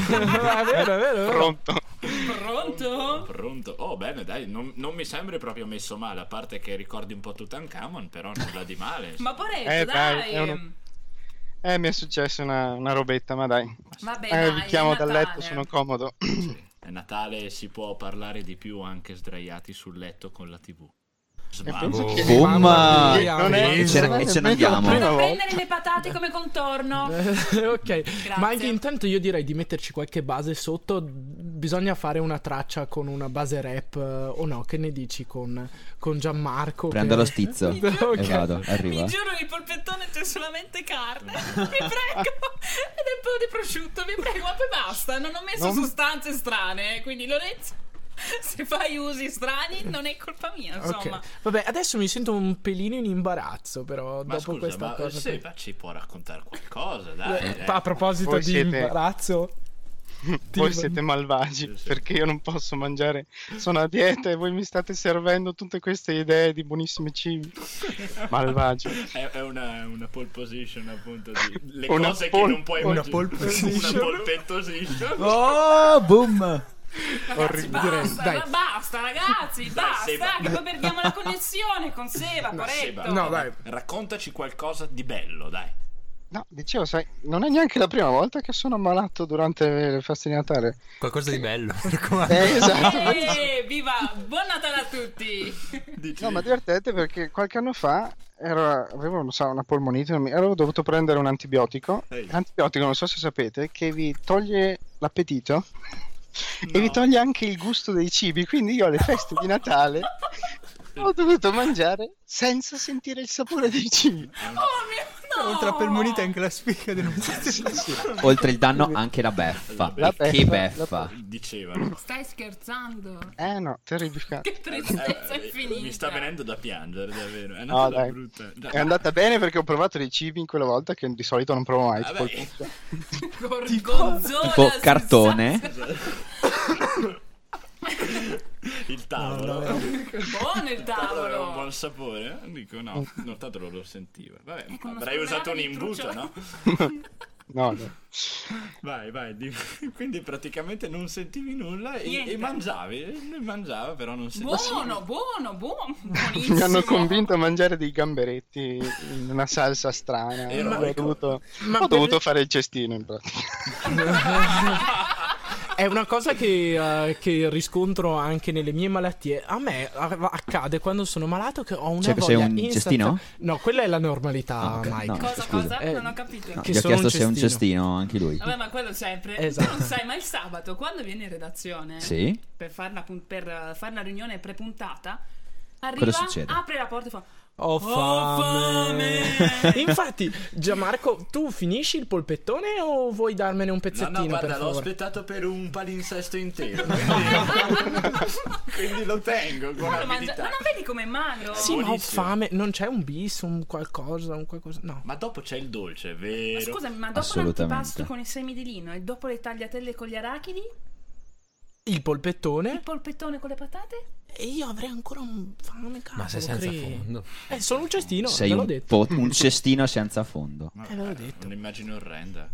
Pronto.
Pronto?
Pronto. Oh, bene, dai, non, non mi sembri proprio messo male, a parte che ricordi un po' Tutankhamon, però nulla di male. insomma.
Ma Poretto,
Eh, dai,
dai!
è uno- Eh, mi è successa una, una robetta, ma dai.
Vabbè,
Eh,
dai,
vi
è
chiamo dal
Natale.
letto, sono comodo.
È Natale, si può parlare di più anche sdraiati sul letto con la TV.
penso
Sbaglio.
che- Boom! Mamma mia,
Non è-
e ce ne- e ce ne andiamo.
Vado a
Prima
prendere le patate come contorno.
[LAUGHS] ok, ma anche intanto io direi di metterci qualche base sotto. Bisogna fare una traccia con una base rap eh, o no? Che ne dici con, con Gianmarco?
Prendo
che-
lo stizzo
Ok.
e vado, arriva.
Mi giuro che il polpettone c'è solamente carne. [LAUGHS] Mi prego. Ed è un po' di prosciutto, vi prego, ma poi basta. Non ho messo
Non-
sostanze strane. eh, Quindi Lorenzo, [LAUGHS] se fai usi strani, non è colpa mia, insomma.
Ok, vabbè, adesso mi sento un pelino in imbarazzo, però
Ma
dopo
scusa,
questa
ma
cosa.
Seba ci può raccontare qualcosa,
Eh,
dai. dai.
A proposito
Voi
di
siete-
[LAUGHS]
imbarazzo,
Voi siete malvagi perché io non posso mangiare, sono a dieta e voi mi state servendo tutte queste idee di buonissimi
[LAUGHS]
cibi. Malvagio.
È, è una, una pole position appunto di le
Una
cose che
pole-
non puoi
una
mangiare.
pole
[LAUGHS] Una
position.
pole position.
Oh, boom!
Basta, ma basta, ragazzi, basta.
Seba.
Che poi perdiamo la connessione con Seba, Poretto.
Raccontaci qualcosa di bello, dai.
No, dicevo, sai, non è neanche la prima volta che sono ammalato durante le feste di Natale.
Qualcosa di bello.
Eh, esatto.
Eh, viva! Buon Natale a tutti!
No, ma divertente perché qualche anno fa ero- avevo non so, una polmonite, non mi- avevo dovuto prendere un antibiotico. L'antibiotico, non so se sapete, che vi toglie l'appetito
[LAUGHS]
e vi toglie anche il gusto dei cibi. Quindi io alle feste di Natale
Oh,
ho dovuto mangiare senza sentire il sapore dei cibi.
Oltre a Pelmonite anche la spiga del
Oltre il danno, anche la beffa.
La beffa,
che
la
beffa.
[LAUGHS]
Dicevano.
Stai scherzando?
Eh no, terrificante.
Che tristezza
Eh,
infinita.
Mi sta venendo da piangere, davvero. È
No,
una cosa
Ah, dai.
brutta. Già.
È andata bene perché ho provato dei cibi in quella volta che di solito non provo mai. tipo il
Vabbè.
pizza.
Gorgonzola
Tipo
senza-
cartone.
Il tavolo.
Buono il tavolo.
aveva un buon sapore. eh? Dico no, non tanto lo, lo sentiva. Vabbè,
Ecco, non
avrei
sembrava
usato un
di
imbuto,
trucciolo.
no? [LAUGHS]
No, no.
Vai, vai. di- [LAUGHS] Quindi praticamente non sentivi nulla e,
Niente.
e mangiavi. E Lui mangiava, però non sentivi.
Buono, buono, buono.
[LAUGHS] Mi hanno
Buonissimo.
convinto a mangiare dei gamberetti in una salsa strana. ho
Eroico.
dovuto,
Ma
ho dovuto
per-
fare il cestino in pratica.
È una cosa che, eh, che riscontro anche nelle mie malattie. A me a- accade quando sono malato che ho una
Cioè che sei
voglia
un
instan-
cestino?
No, quella è la normalità,
Ah, ok,
Mike.
no, Cosa, scusa. cosa?
Non ho capito.
No,
che
gli ho
sono
chiesto
un
se è un
cestino.
cestino, anche lui.
Eh, Vabbè, ma quello sempre.
Esatto.
Tu non sai, ma il sabato, quando vieni in redazione
Sì.
per fare una, pun- per, eh, fare una riunione prepuntata,
Cosa
arriva,
succede?
apre la porta e fa:
Ho fame.
[LAUGHS] Infatti, Gianmarco, tu finisci il polpettone o vuoi darmene un
No,
pezzettino?
no, guarda,
per
l'ho
favore?
aspettato per un
[LAUGHS]
palinsesto intero. quindi- [LAUGHS] Quindi lo tengo con
Ma, mangia- ma
avidità.
non vedi com'è magro?
Sì, ma ho
Buonissimo.
fame. Non c'è un bis, un qualcosa, un qualcosa. No.
Ma dopo c'è il dolce,
Ma
vero?
scusami, ma dopo l'antipasto con i semi di lino e dopo le tagliatelle con gli arachidi,
Il polpettone.
il polpettone con le
[LAUGHS]
patate?
E io avrei ancora un fame,
Ma sei senza fondo.
Eh, sono un cestino,
Sei
ve l'ho
un,
detto.
po- un cestino senza fondo.
Eh, ve l'ho detto.
Un'immagine orrenda.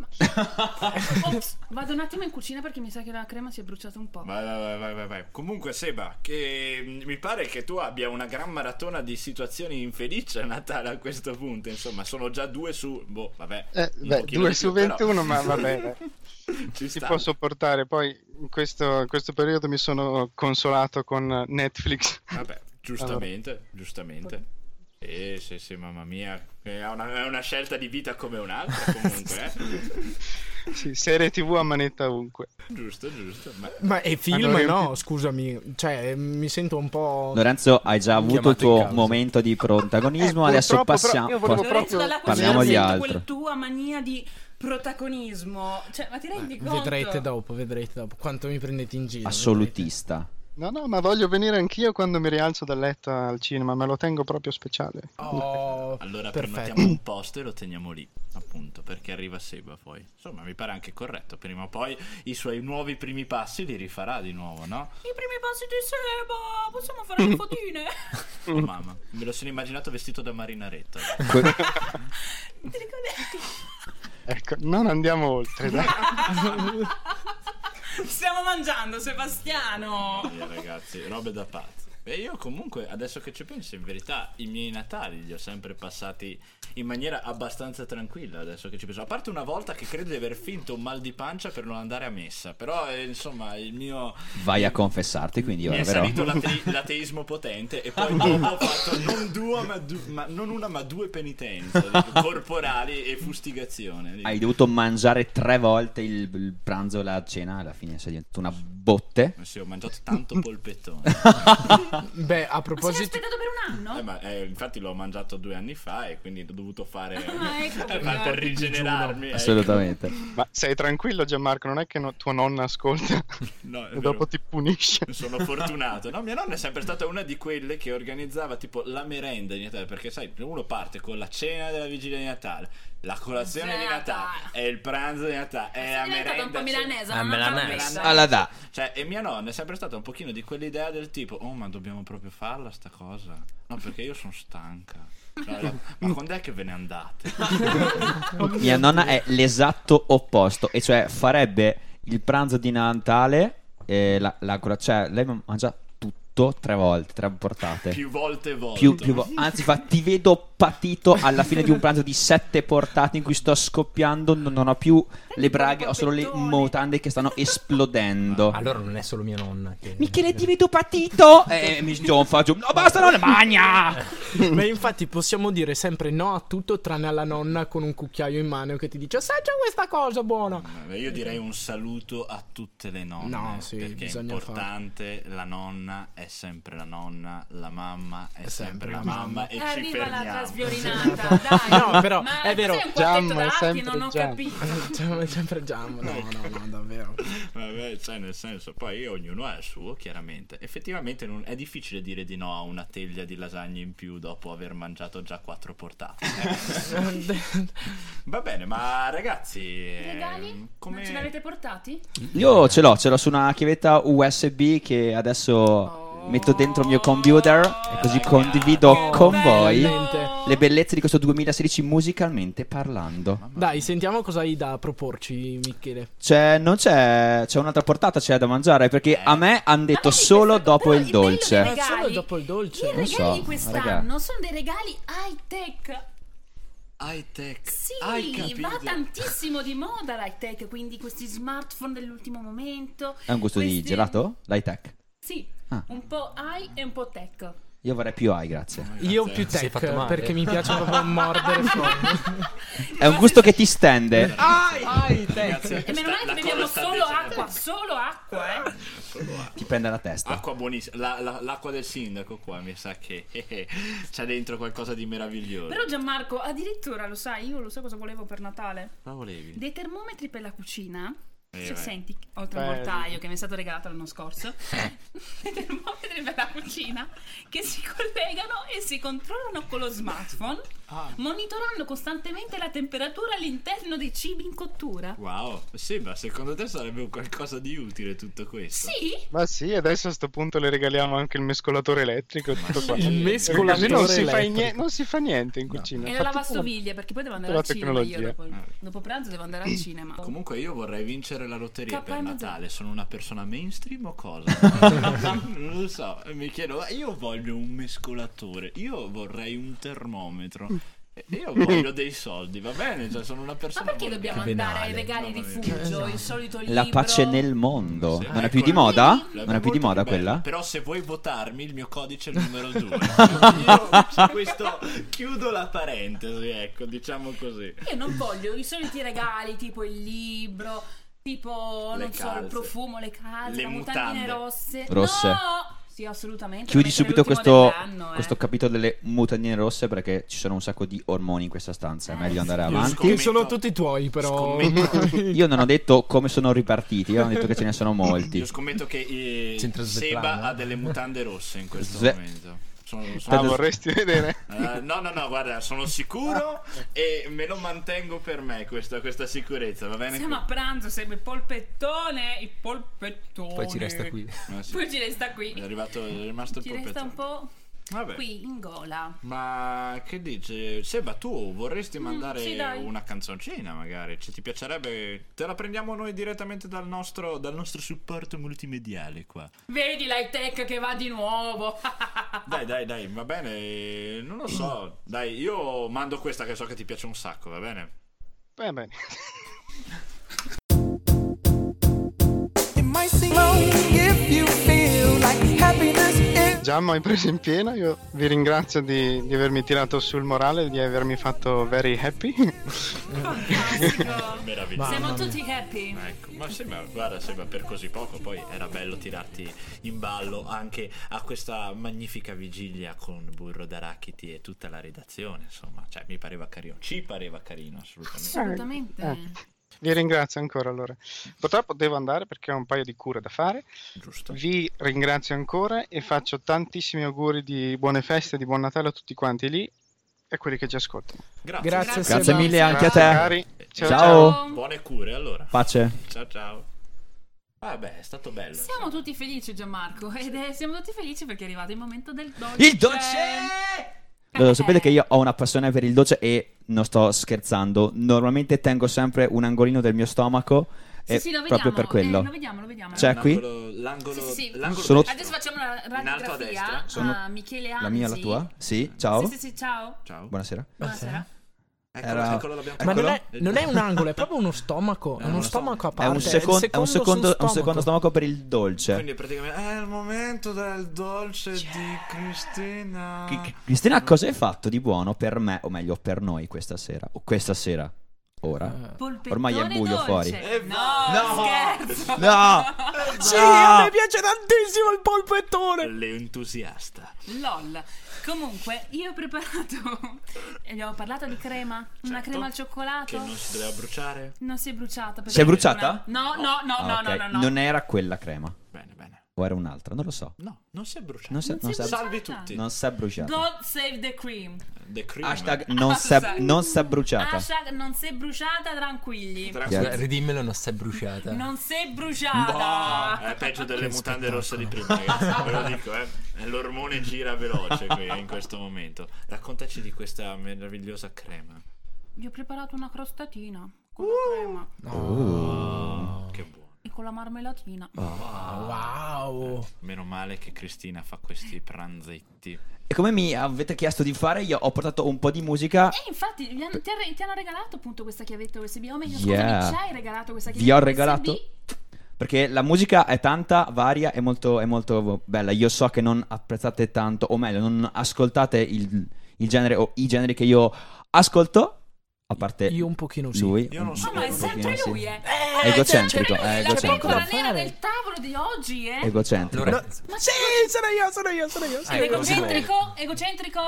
Ops, vado un attimo in cucina perché mi sa che la crema si è bruciata un po'.
Vai, vai, vai, vai, vai, vai. Comunque, Seba, che mm, mi pare che tu abbia una gran maratona di situazioni infelici a [LAUGHS] Natale a questo punto. Insomma, sono già due su. Boh, vabbè.
Eh,
un
beh,
pochino
2
di
su
più, però.
21, ma va bene.
[LAUGHS] Ci
si
sta.
può sopportare. Poi in questo, in questo periodo mi sono consolato con
[LAUGHS]
Netflix.
Vabbè, giustamente, giustamente. Eh, sì, sì, mamma mia. È una, è una scelta di vita come un'altra,
[LAUGHS]
comunque. eh.
Sì, serie TV a manetta ovunque.
Giusto, giusto. Ma...
Ma e film
Allora, io-
no, scusami, cioè mi sento un po'...
Lorenzo, hai già avuto il
Chiamato in
tuo
causa.
momento di protagonismo.
Eh,
adesso
purtroppo,
passiamo.
però, io volevo
pa-
Lorenzo dall'acqua
parliamo di
sento
altro.
quella tua mania di protagonismo. Cioè, ma ti rendi conto?
Eh, Vedrete dopo, vedrete dopo quanto mi prendete in giro.
Assolutista.
No, no, ma voglio venire anch'io quando mi rialzo dal letto al cinema, me lo tengo proprio speciale.
Oh,
allora
perfetto.
prenotiamo un posto e lo teniamo lì, appunto, perché arriva Seba poi. Insomma, mi pare anche corretto. Prima o poi i suoi nuovi primi passi li rifarà di nuovo, no?
I primi passi di Seba, possiamo fare le fotine?
Oh, mamma, me lo sono immaginato vestito da marinaretta.
Ecco, non andiamo oltre, dai.
Stiamo mangiando, Sebastiano.
Via, ragazzi, robe da pazzi. E io comunque, adesso che ci penso, in verità i miei Natali li ho sempre passati in maniera abbastanza tranquilla, adesso che ci penso. A parte una volta che credo di aver finto un mal di pancia per non andare a messa, però eh, insomma il mio...
Vai a confessarti, quindi
Mi
ora,
è
vero?
salito l'ate- l'ateismo potente
[LAUGHS]
e poi dopo ho fatto non, due, ma du- ma- non una ma due penitenze
[LAUGHS]
corporali e fustigazione.
Hai dovuto mangiare tre volte il, il pranzo, la cena, alla fine sei diventato una botte.
Sì, ho mangiato tanto polpettone.
[LAUGHS]
Beh, a proposito...
aspettato per un anno?
Eh, ma, eh, infatti l'ho mangiato due anni fa e quindi ho dovuto fare... [LAUGHS]
Ah, ecco
Eh, ma
perché.
per rigenerarmi... ecco.
Ma sei tranquillo Gianmarco, non è che no- tua nonna ascolta [LAUGHS]
No, è
e dopo
vero.
ti punisce.
Sono fortunato. No, mia nonna è sempre stata una di quelle che organizzava tipo la merenda di Natale. Perché, sai, uno parte con la cena della vigilia di Natale, la colazione di Natale, e il pranzo di Natale,
Eh,
e la
diventata
merenda.
un po' milanese,
cioè-
la Ah, nonna milanese. milanese.
Alla da.
Cioè, e mia nonna è sempre stata un pochino di quell'idea del tipo: Oh, ma dobbiamo proprio farla sta cosa? No, perché io sono stanca. No, era- ma quando è che ve ne andate? [LAUGHS] Ah,
[LAUGHS] Mia nonna è l'esatto opposto, e cioè farebbe il pranzo di Natale, e la, la colazione- cioè lei mangia tutto tre volte, tre portate.
Più volte volto.
Più- più vo- anzi, fa, ti vedo patito alla fine di un pranzo di sette portate in cui sto scoppiando, non, non ho più le braghe, ho solo le mutande che [LAUGHS] stanno esplodendo.
Allora non è solo mia nonna che...
Michele, ti vedo patito! E Eh, mi sgionfa giù. No, basta, non le magna!
Ma infatti possiamo dire sempre no a tutto tranne alla nonna con un cucchiaio in mano che ti dice assaggia questa cosa buona.
Vabbè, Io direi un saluto a tutte le nonne.
No, sì,
perché è
bisogna
importante. La nonna è sempre la nonna, la mamma è,
sempre
sempre, la
la
mamma.
mamma.
E
Arriva Eh,
ci
la
fermiamo.
trasviolinata, dai.
[LAUGHS] No, però
Ma
è vero.
sei un quartetto Giamma, è d'archi, sempre non ho Giamma. capito.
[LAUGHS] Giamma, è sempre Giamma. No, no, no, davvero.
Vabbè, cioè, nel senso, poi ognuno ha il suo, chiaramente. Effettivamente non- è difficile dire di no a una teglia di lasagne in più dopo aver mangiato già quattro [LAUGHS] portate. Va bene, ma ragazzi... ehm,
Regali? Non ce l'avete portati?
Io ce l'ho, ce l'ho su una chiavetta USB che adesso metto dentro il mio computer e così condivido con voi
Veramente.
le bellezze di questo 2016 musicalmente parlando.
Dai, sentiamo cosa hai da proporci, Michele.
C'è, non c'è, c'è un'altra portata, c'è da mangiare perché a me hanno detto solo dopo il
I
dolce.
regali,
Solo dopo il dolce.
i
Non
regali
so,
di quest'anno sono dei regali high tech.
High tech.
Sì,
Hai capito?
va tantissimo di moda l'high tech, quindi questi smartphone dell'ultimo momento.
È un gusto di
questi-
gelato? L'high tech.
Sì,
Ah.
un po' high e un po' tech.
Io vorrei più AI, grazie.
Io più tech perché mi piace proprio [LAUGHS] mordere fuori.
È un gusto che ti stende.
Ah!
Ai, ai, tech.
E meno male che beviamo solo acqua, solo acqua, eh.
Ti prende la testa.
Acqua buonissima. La- la- l'acqua del sindaco qua mi sa che [LAUGHS] c'è dentro qualcosa di meraviglioso.
Però Gianmarco, addirittura lo sai, io lo so cosa volevo per Natale.
Ma volevi?
Dei termometri per la cucina.
Eh,
Cioè,
vai.
senti, oltre al
Bello.
mortaio che mi è stato regalato l'anno
[LAUGHS]
scorso, [LAUGHS] dei termometri per la cucina che si collegano e si controllano con lo smartphone, monitorando costantemente la temperatura all'interno dei cibi in cottura.
Wow, sì, ma secondo te sarebbe un qualcosa di utile tutto questo?
Sì,
Ma sì, adesso a sto punto le regaliamo anche il mescolatore elettrico. Tutto qua.
sì. Il
mescolatore Così non si, fa
elettrico.
nie- non si fa niente in cucina. fa
e la
tutto-
lavastoviglie, perché poi devo andare
la
al cinema io
tecnologia.
dopo, dopo pranzo devo andare
[CLEARS THROAT]
al cinema.
Ah. Comunque io vorrei vincere la lotteria
Esatto. K
per
M Z.
Natale. Sono una persona mainstream
[LAUGHS]
o cosa? non lo so. Mi chiedo, ma io voglio un mescolatore. Io vorrei un termometro. e
[LAUGHS]
Io voglio dei soldi, va bene? Cioè, sono una persona.
Ma perché dobbiamo andare ai regali rifugio, il solito libro?
La pace nel mondo.
Sì.
Non è
Ecco,
più di moda?
L'abbiamo
Non è più di
molto
moda
bello.
quella?
Però se vuoi votarmi, il mio codice è il numero
[LAUGHS]
2. Io su questo chiudo la parentesi, ecco, diciamo così.
Io non voglio i soliti regali, tipo il libro, tipo,
Le
non so, il
calze.
profumo, le calze,
Le
le mutandine
mutande.
rosse.
Rosse.
No! Sì, assolutamente.
Chiudi
Mettere
subito
l'ultimo
questo,
dell'anno, eh.
questo capitolo delle mutandine rosse perché ci sono un sacco di ormoni in questa stanza. È meglio andare
Che
avanti.
sono tutti tuoi, però.
Io non ho detto come sono ripartiti, io ho detto che ce ne sono molti.
Io scommetto che eh,
Centro
Seba
Svetlana.
ha delle mutande rosse in questo
Sve-
momento. Sono,
Ah, vorresti
vedere?
Eh, no, no, no, guarda, sono
[LAUGHS]
sicuro
Ah.
e me lo mantengo per me questa, questa sicurezza, va bene?
Siamo a pranzo, sembra il polpettone, il polpettone.
Ah, sì.
Poi ci resta qui.
È, arrivato, è rimasto il
Ci resta un
polpettone.
po'
Vabbè.
qui in gola.
Ma che dici? Seba, tu vorresti mandare
Mm, sì, dai.
una canzoncina magari? Cioè, ti piacerebbe... Te la prendiamo noi direttamente dal nostro, dal nostro supporto multimediale qua.
Vedi l'high tech che va di nuovo. [LAUGHS] Ah,
Dai, dai, dai, va bene. Non lo so. Dai, io mando questa che so che ti piace un sacco, va bene?
Va bene. [LAUGHS]
It might seem long if you feel like happiness is
Giamma, hai preso in pieno. Io vi ringrazio di, di avermi tirato sul morale, di avermi fatto very happy. [LAUGHS]
Meraviglioso.
Siamo tutti happy.
Ecco, ma sembra, guarda, sembra per così poco. Poi era bello tirarti in ballo anche a questa magnifica vigilia con Burro d'Arachiti e tutta la redazione. Insomma, cioè, mi pareva carino. Ci pareva carino, assolutamente.
Assolutamente.
Vi ringrazio ancora allora. Purtroppo devo andare perché ho un paio di cure da fare.
Giusto.
Vi ringrazio ancora e faccio tantissimi auguri di buone feste, di buon Natale a tutti quanti lì e a quelli che ci ascoltano.
Grazie. Eh, cioè,
Grazie Grazie mille anche a te.
cari. Ciao,
Ciao.
ciao.
Buone cure, allora.
Pace.
Ciao, ciao. Vabbè, è stato bello.
Siamo tutti felici Gianmarco ed è- siamo tutti felici perché è arrivato il momento del dolce.
Il Allora, sapete che io ho una passione per il dolce e non sto scherzando. Normalmente tengo sempre un angolino del mio stomaco
Sì,
e
sì, lo
Eh, proprio
vediamo,
per quello.
eh, lo vediamo, lo vediamo.
C'è
Eh,
Cioè, qui?
L'angolo- L'angolo,
Sì, sì, sì.
l'angolo
Sono-
destro.
Adesso facciamo una
In alto a
radiografia
destra.
a,
Sono-
Michele Anzi.
La mia, la tua? Sì, ciao.
Sì, sì, sì, ciao.
Ciao.
Buonasera.
Buonasera.
Eccolo,
Era-
eccolo,
l'abbiamo
Ma non
eccolo.
è, non è un angolo, è proprio uno stomaco. È uno stomaco a
È
parte.
un,
il
secondo, è un secondo-
sul
è un secondo stomaco per il dolce.
Quindi praticamente è il momento del dolce
Cioè.
di Cristina.
Cristina, cosa hai fatto di buono per me, o meglio per noi questa sera? O questa sera? Ora?
Polpettone
Ormai è buio
dolce.
fuori.
No, scherzo.
No!
Sì,
No!
a me piace tantissimo il polpettone.
L'entusiasta.
LOL. Comunque, io ho preparato. [LAUGHS] E Abbiamo parlato di crema? Una crema al
Certo. Che
cioccolato?
non si doveva bruciare.
Non si è bruciata. perché-
Si è bruciata?
No, no, no,
Ah,
no,
ok.
no, no, no.
Non era quella crema.
Bene, bene.
O era un'altra, non lo so.
No, non si è bruciata.
Non si è- non si è-
Salvi tutti.
Non si è bruciata.
God save the cream.
The cream.
Hashtag non si è, non si è bruciata.
Hashtag non sei bruciata, tranquilli.
Scusa, ridimmelo, non sei bruciata.
Non sei bruciata.
Boh, è peggio delle mutande rosse di prima, ragazzi. Ve lo dico, eh. L'ormone gira veloce qui in questo momento. Raccontaci di questa meravigliosa crema.
Vi ho preparato una crostatina con la
Uh.
crema
Oh.
Che buono.
e con la marmellatina.
Ah,
Wow. Meno male che Cristina fa questi pranzetti.
E come mi avete chiesto di fare, io ho portato un po' di musica.
E infatti gli hanno- ti, hanno- ti hanno regalato appunto questa chiavetta USB, o meglio,
Yeah.
scusami, ci hai regalato questa chiavetta
Vi ho
USB?
regalato Perché la musica è tanta, varia e molto, è molto bella. Io so che non apprezzate tanto, o meglio, non ascoltate il, il genere o i generi che io ascolto. A parte
Io un pochino sì.
lui.
Io non so.
Oh, ma è
Un
sempre
pochino
lui,
sì.
eh.
È egocentrico,
Cioè,
è
la
egocentrico.
pecora nera del tavolo di oggi, eh.
Egocentrico.
No,
Ma sì, sono io, sono io, sono io.
sono io.
egocentrico? Egocentrico?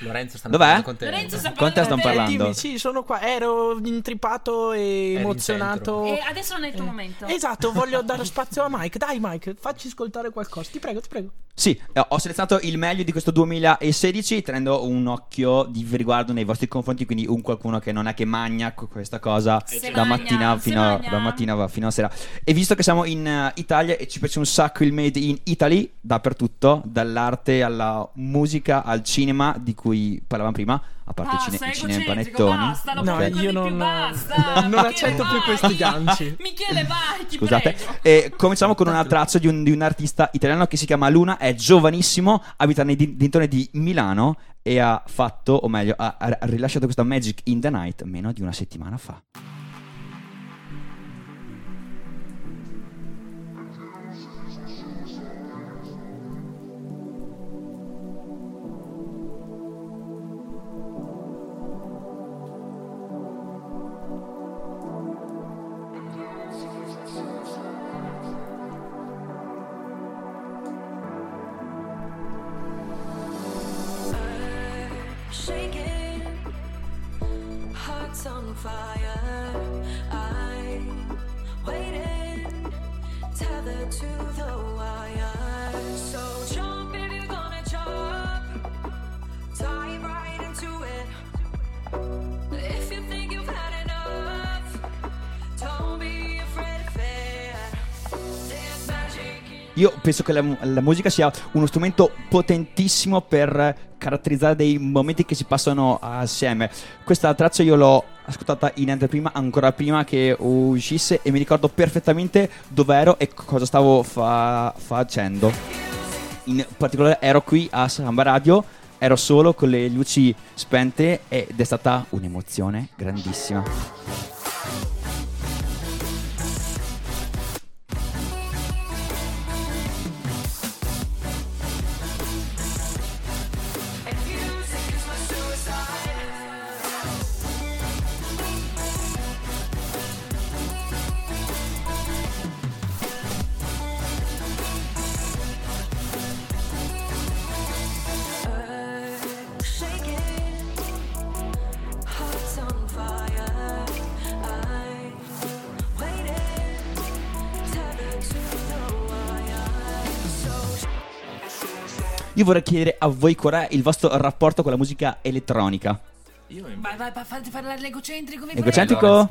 Lorenzo sta
Dov'è?
parlando con te.
Lorenzo sta
Con te
parlando
stanno
con te.
parlando.
Eh, Dimmi, sì, sono qua. Ero intrippato e
Eri
emozionato.
E Eh, adesso non è il tuo momento. [LAUGHS]
Esatto, voglio dare spazio a Mike. Dai, Mike, facci ascoltare qualcosa. Ti prego, ti prego.
Sì, eh, ho selezionato il meglio di questo 2016 tenendo un occhio di riguardo nei vostri confronti, quindi un qualcuno che non è che magna co- questa cosa
Se
da
magna,
mattina,
se
fino a,
magna.
da mattina va- fino a sera. E visto che siamo in eh, Italia e ci piace un sacco il Made in Italy, dappertutto, dall'arte alla musica al cinema di cui parlavamo prima, a parte il cine- il cinema e i panettoni.
No,
ok?
io non, [LAUGHS] non accetto più questi ganci.
[LAUGHS] Michele, vai, ti
Scusate,
prego.
e cominciamo con una traccia di un, di un artista italiano che si chiama Luna, è giovanissimo, abita nei din- dintorni di Milano e ha fatto, o meglio, ha, ha rilasciato questa Magic in the Night meno di una settimana fa.
shaking, hearts on fire. I waited, tethered to the wire. So jump if you're gonna jump, dive right into it. If you think you've had enough, don't be afraid of it. There's magic
Io penso che la, mu- la musica sia uno strumento potentissimo per caratterizzare dei momenti che si passano assieme. Questa traccia io l'ho ascoltata in anteprima ancora prima che uscisse e mi ricordo perfettamente dove ero e cosa stavo fa- facendo. In particolare ero qui a Samba Radio, ero solo con le luci spente ed è stata un'emozione grandissima.
and music is my suicide.
Io vorrei chiedere a voi qual è il vostro rapporto con la musica elettronica.
Vai, vai, pa- fate parlare l'egocentrico. vi prego.
Egocentrico?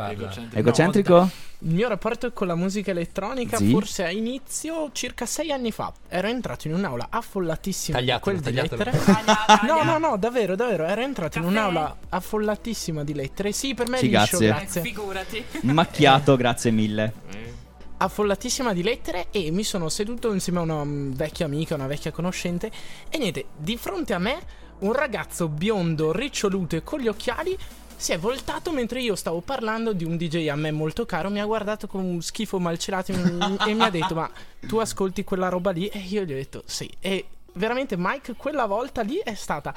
Egocentrico?
Il mio rapporto con la musica elettronica
Sì.
forse a inizio circa sei anni fa. Ero entrato in un'aula affollatissima di
Tagliatelo,
quel di
tagliatelo.
lettere. [LAUGHS] No, no, no, davvero, davvero. Ero entrato in un'aula affollatissima di lettere. Sì, per me è
Sì,
liscio,
grazie.
grazie.
Figurati.
Eh? Macchiato, grazie mille.
affollatissima di lettere e mi sono seduto insieme a una mm, vecchia amica, una vecchia conoscente e niente, di fronte a me un ragazzo biondo, riccioluto e con gli occhiali si è voltato mentre io stavo parlando di un DJ a me molto caro, mi ha guardato con un schifo malcelato e mi- e mi ha detto "Ma tu ascolti quella roba lì?" e io gli ho detto "Sì". E veramente Mike quella volta lì è stata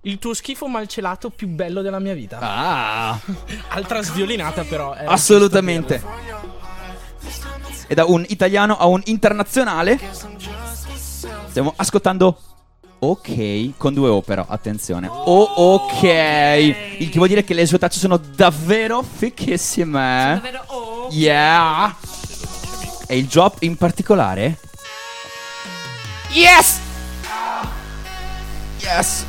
il tuo schifo malcelato più bello della mia vita.
Ah!
Altra sviolinata però. eh. era
Assolutamente.
giusto dirlo.
E da un italiano a un internazionale stiamo ascoltando Ok con due O però, attenzione. Oh, ok. Il che vuol dire che le sue tracce sono davvero fichissime.
Davvero, oh.
Yeah. E il drop in particolare? Yes! Yes!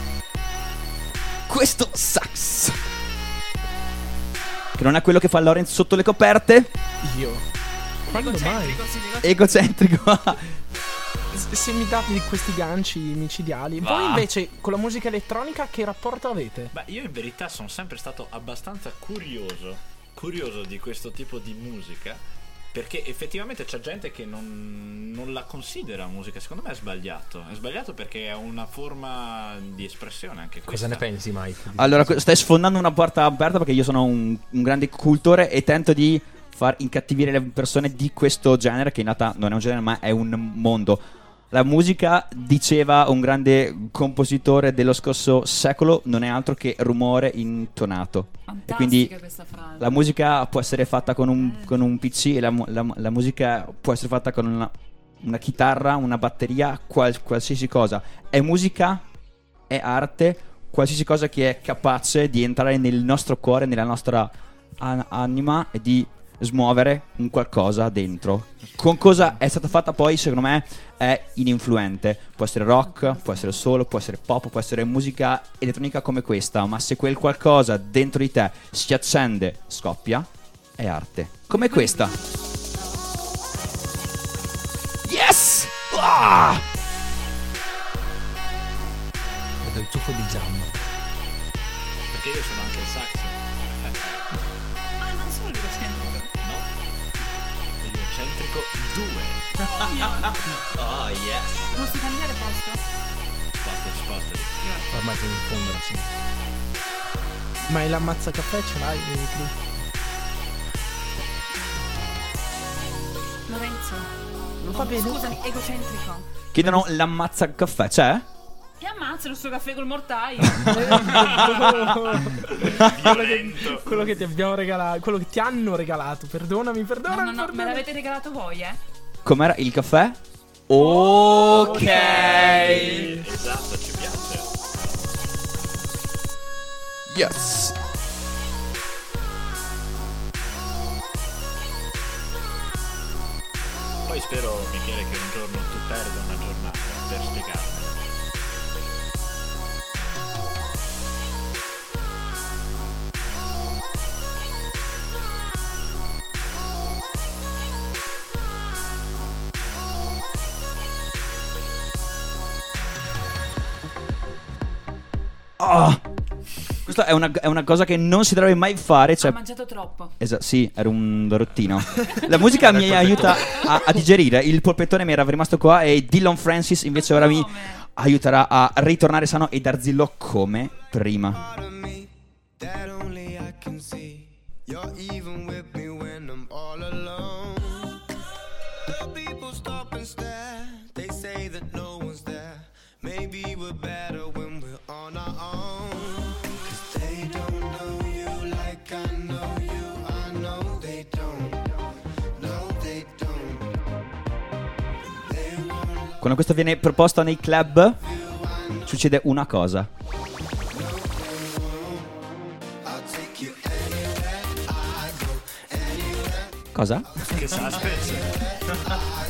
Questo sax. Che non è quello che fa Lorenz sotto le coperte.
Io. Quando mai?
Egocentrico.
S- Se mi date di questi ganci micidiali.
Va.
Voi invece con la musica elettronica che rapporto avete?
Beh, io in verità sono sempre stato abbastanza curioso, curioso di questo tipo di musica, perché effettivamente c'è gente che non, non la considera musica, secondo me è sbagliato, è sbagliato perché è una forma di espressione anche
Cosa
questa.
ne pensi, Mike?
Allora, que- stai sfondando una porta aperta perché io sono un, un grande cultore e tento di far incattivire le persone di questo genere, che in realtà non è un genere, ma è un mondo. La musica, diceva un grande compositore dello scorso secolo, non è altro che rumore intonato. e quindi la musica può essere fatta con un, con un PC e la, mu- la- la musica può essere fatta con una, una chitarra, una batteria, qual- qualsiasi cosa. È musica, è arte, qualsiasi cosa che è capace di entrare nel nostro cuore, nella nostra an- anima e di smuovere un qualcosa dentro. Con cosa è stata fatta poi, secondo me, è ininfluente. Può essere rock, può essere solo, può essere pop, può essere musica elettronica come questa, ma se quel qualcosa dentro di te si accende, scoppia, è arte. Come questa. Yes! Ah!
Ho del ciuffo di giamma.
Perché io sono anche il saxo.
Ah, non sono l'eurocentrico.
L'eurocentrico 2.
Oh, mio.
Oh yes.
Posso cambiare posto?
Basta, sposta.
Ormai si infondono, sì. Ma il ammazza caffè ce l'hai? eh, Cri?
Lorenzo. Non fa bene. Scusami, egocentrico.
Chiedono l'ammazza caffè, c'è?
E ammazza il suo caffè col
[LAUGHS]
mortaio.
[LAUGHS]
quello,
[LAUGHS]
che, quello che ti abbiamo regalato, quello che ti hanno regalato, perdonami,
No,
perdonami.
no, no, me l'avete regalato voi, eh?
Com'era il caffè? Ok.
Esatto, ci piace.
Yes.
Poi spero, Michele, che un giorno tu perda una giornata per spiegarmi.
Ah! Questa è una, è una cosa che non si dovrebbe mai fare. Cioè...
Ha mangiato troppo.
Esa- sì, era un rottino. La musica mi aiuta a, a digerire. Il polpettone mi era rimasto qua e Dylan Francis invece ora mi aiuterà a ritornare sano e darzillo come prima.
that only I can see. You're even with me when I'm all alone. The people stop and stare, they say that no one's there. Maybe we're better when we're on our own. Cause they don't know you like I know you. I know they don't. No, they don't. They won't
Quando questa viene proposta nei club, succede una cosa. Cosa?
Che sa spesso.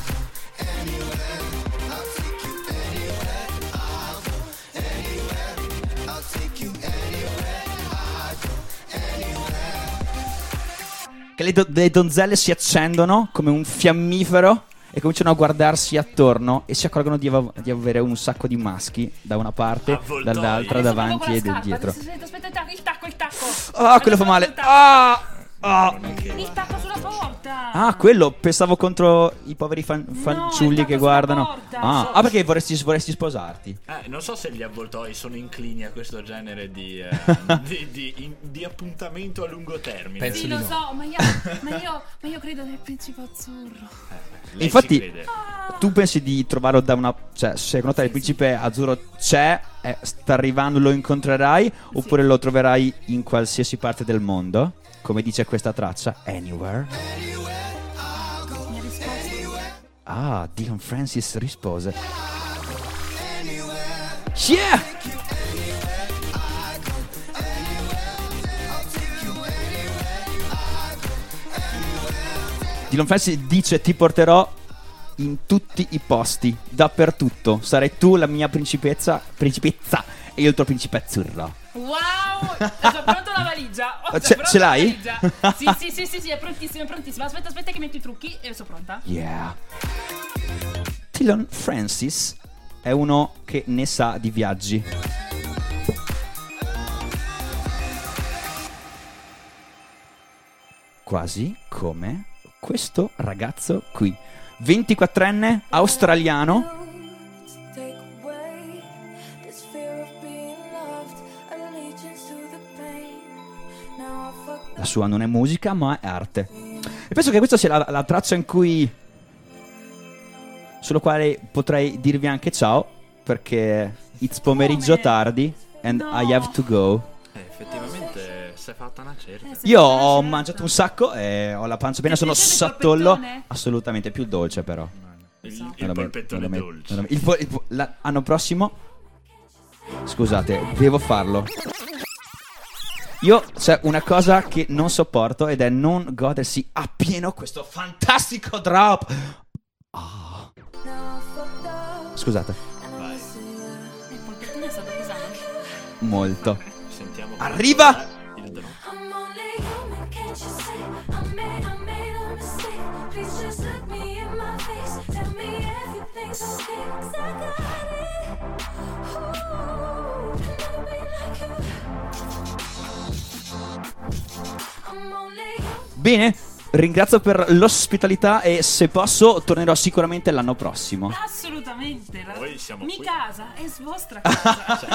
Che le, do- le donzelle si accendono come un fiammifero e cominciano a guardarsi attorno e si accorgono di, av- di avere un sacco di maschi da una parte, dall'altra, davanti e
Con la scarpa,
da dietro.
adesso sento- Aspetta, il tacco, il tacco, il tacco.
Ah, quello fa male. Ah! Ah!
Il tacco sulla porta.
Ah, quello pensavo contro i poveri fan- fanciulli che guardano.
porta.
Ah,
So-
ah, perché vorresti, vorresti sposarti?
Eh, non so se gli avvoltoi sono inclini a questo genere di,
[LAUGHS]
eh, di, di- in- di appuntamento a lungo termine.
sì, lo so, ma io, ma, io, ma io credo nel principe azzurro.
Lei ci
Infatti,
crede.
tu pensi di trovarlo da una. Cioè, secondo te il principe azzurro c'è, eh, sta arrivando, lo incontrerai, oppure lo troverai in qualsiasi parte del mondo? Come dice questa traccia, Anywhere.
Mi ha risposto.
Ah, Dylan Francis rispose. Yeah! Dylan Francis dice ti porterò in tutti i posti, dappertutto. Sarai tu la mia principessa, principessa e io il tuo principe azzurro.
Wow, ho già pronto la valigia. Ho già
Ce-
pronto
ce
la
l'hai?
valigia. Sì, sì, sì, sì, sì, è prontissima, è prontissima. Aspetta, aspetta che metto i trucchi e sono pronta.
Yeah. Dylan Francis è uno che ne sa di viaggi. Quasi come questo ragazzo qui, 24enne australiano.
Take away this fear of being loved, allegiance to the pain. Now I fuck
La sua non è musica, ma è arte. E penso che questa sia la, la traccia in cui. sulla quale potrei dirvi anche ciao. Perché it's pomeriggio tardi and I have to go.
Eh, effettivamente si è fatta una certa.
Io ho mangiato un sacco e ho la pancia piena, sono sottollo. Assolutamente, più dolce però.
Eh,
Il, il
Veramente,
polpettone
veramente,
dolce.
veramente. Il po- il po- la- l'anno prossimo. Scusate, devo farlo. Io c'è una cosa che non sopporto ed è non godersi appieno questo fantastico drop. Ah. Scusate,
Il polpettone Eh, è stato pesante.
molto.
Sentiamo.
Arriva!
I'm only human, can't you see? I made, I made a mistake. Please just look me in my face. Tell me everything's okay. 'cause I got it. Ooh, nobody like you. I'm only
Bene, ringrazio per l'ospitalità e se posso tornerò sicuramente l'anno prossimo.
Assolutamente. La...
Noi siamo
Mi
qui.
casa è vostra casa.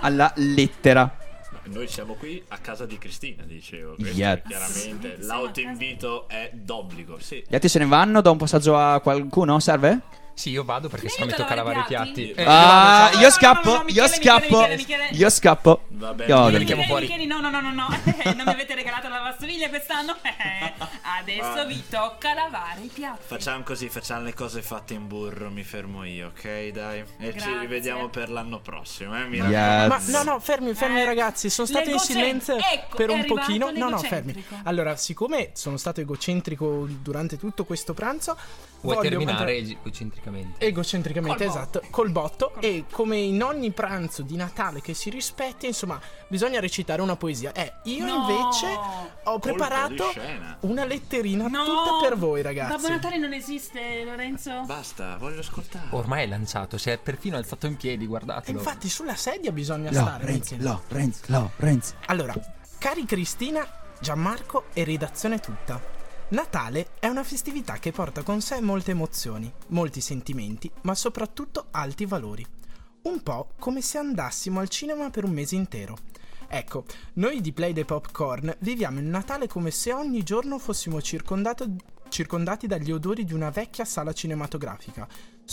[LAUGHS] Alla lettera.
Noi siamo qui a casa di Cristina, dicevo. Questo
Yes.
Chiaramente l'autoinvito è d'obbligo. Sì.
Gli altri se ne vanno, do un passaggio a qualcuno, serve?
Sì, io vado perché sennò mi tocca lavare i piatti.
Ah,
Eh, io vado, ciao.
io scappo, io scappo, io scappo. Io vado.
Michele, Michele, no, no, no, no, no. [LAUGHS] Eh, non mi avete regalato la lavastoviglie quest'anno. [LAUGHS] Eh, adesso
Ah.
vi tocca lavare i piatti.
Facciamo così, facciamo le cose fatte in burro, mi fermo io, ok? Dai. E ci
Grazie.
rivediamo per l'anno prossimo, eh? Mi
Yes.
raccomando.
Ma no, no, fermi, fermi ragazzi, sono stato in
l'egocentri-
silenzio
Eh, ecco,
per
è
un
arrivato
pochino. No, no,
l'egocentrico.
fermi. Allora, siccome sono stato egocentrico durante tutto questo pranzo,
Vuoi
voglio
terminare
mandare-
egocentricamente?
Egocentricamente,
Col
esatto, col botto. E come in ogni pranzo di Natale che si rispetti, insomma, bisogna recitare una poesia. Eh, io
No!
invece ho
Colpo di
preparato
scena.
una letterina
No!
tutta per voi, ragazzi.
Babbo Natale non esiste, Lorenzo.
Basta, voglio ascoltare.
Oh.
Ormai è lanciato, si è perfino alzato in piedi, guardatelo.
Infatti, sulla sedia bisogna
No,
stare.
Renzi,
ragazzi.
Renz, no, Renz.
Allora, cari Cristina, Gianmarco e redazione tutta. Natale è una festività che porta con sé molte emozioni, molti sentimenti, ma soprattutto alti valori. Un po' come se andassimo al cinema per un mese intero. Ecco, noi di Play the Popcorn viviamo il Natale come se ogni giorno fossimo circondato- circondati dagli odori di una vecchia sala cinematografica,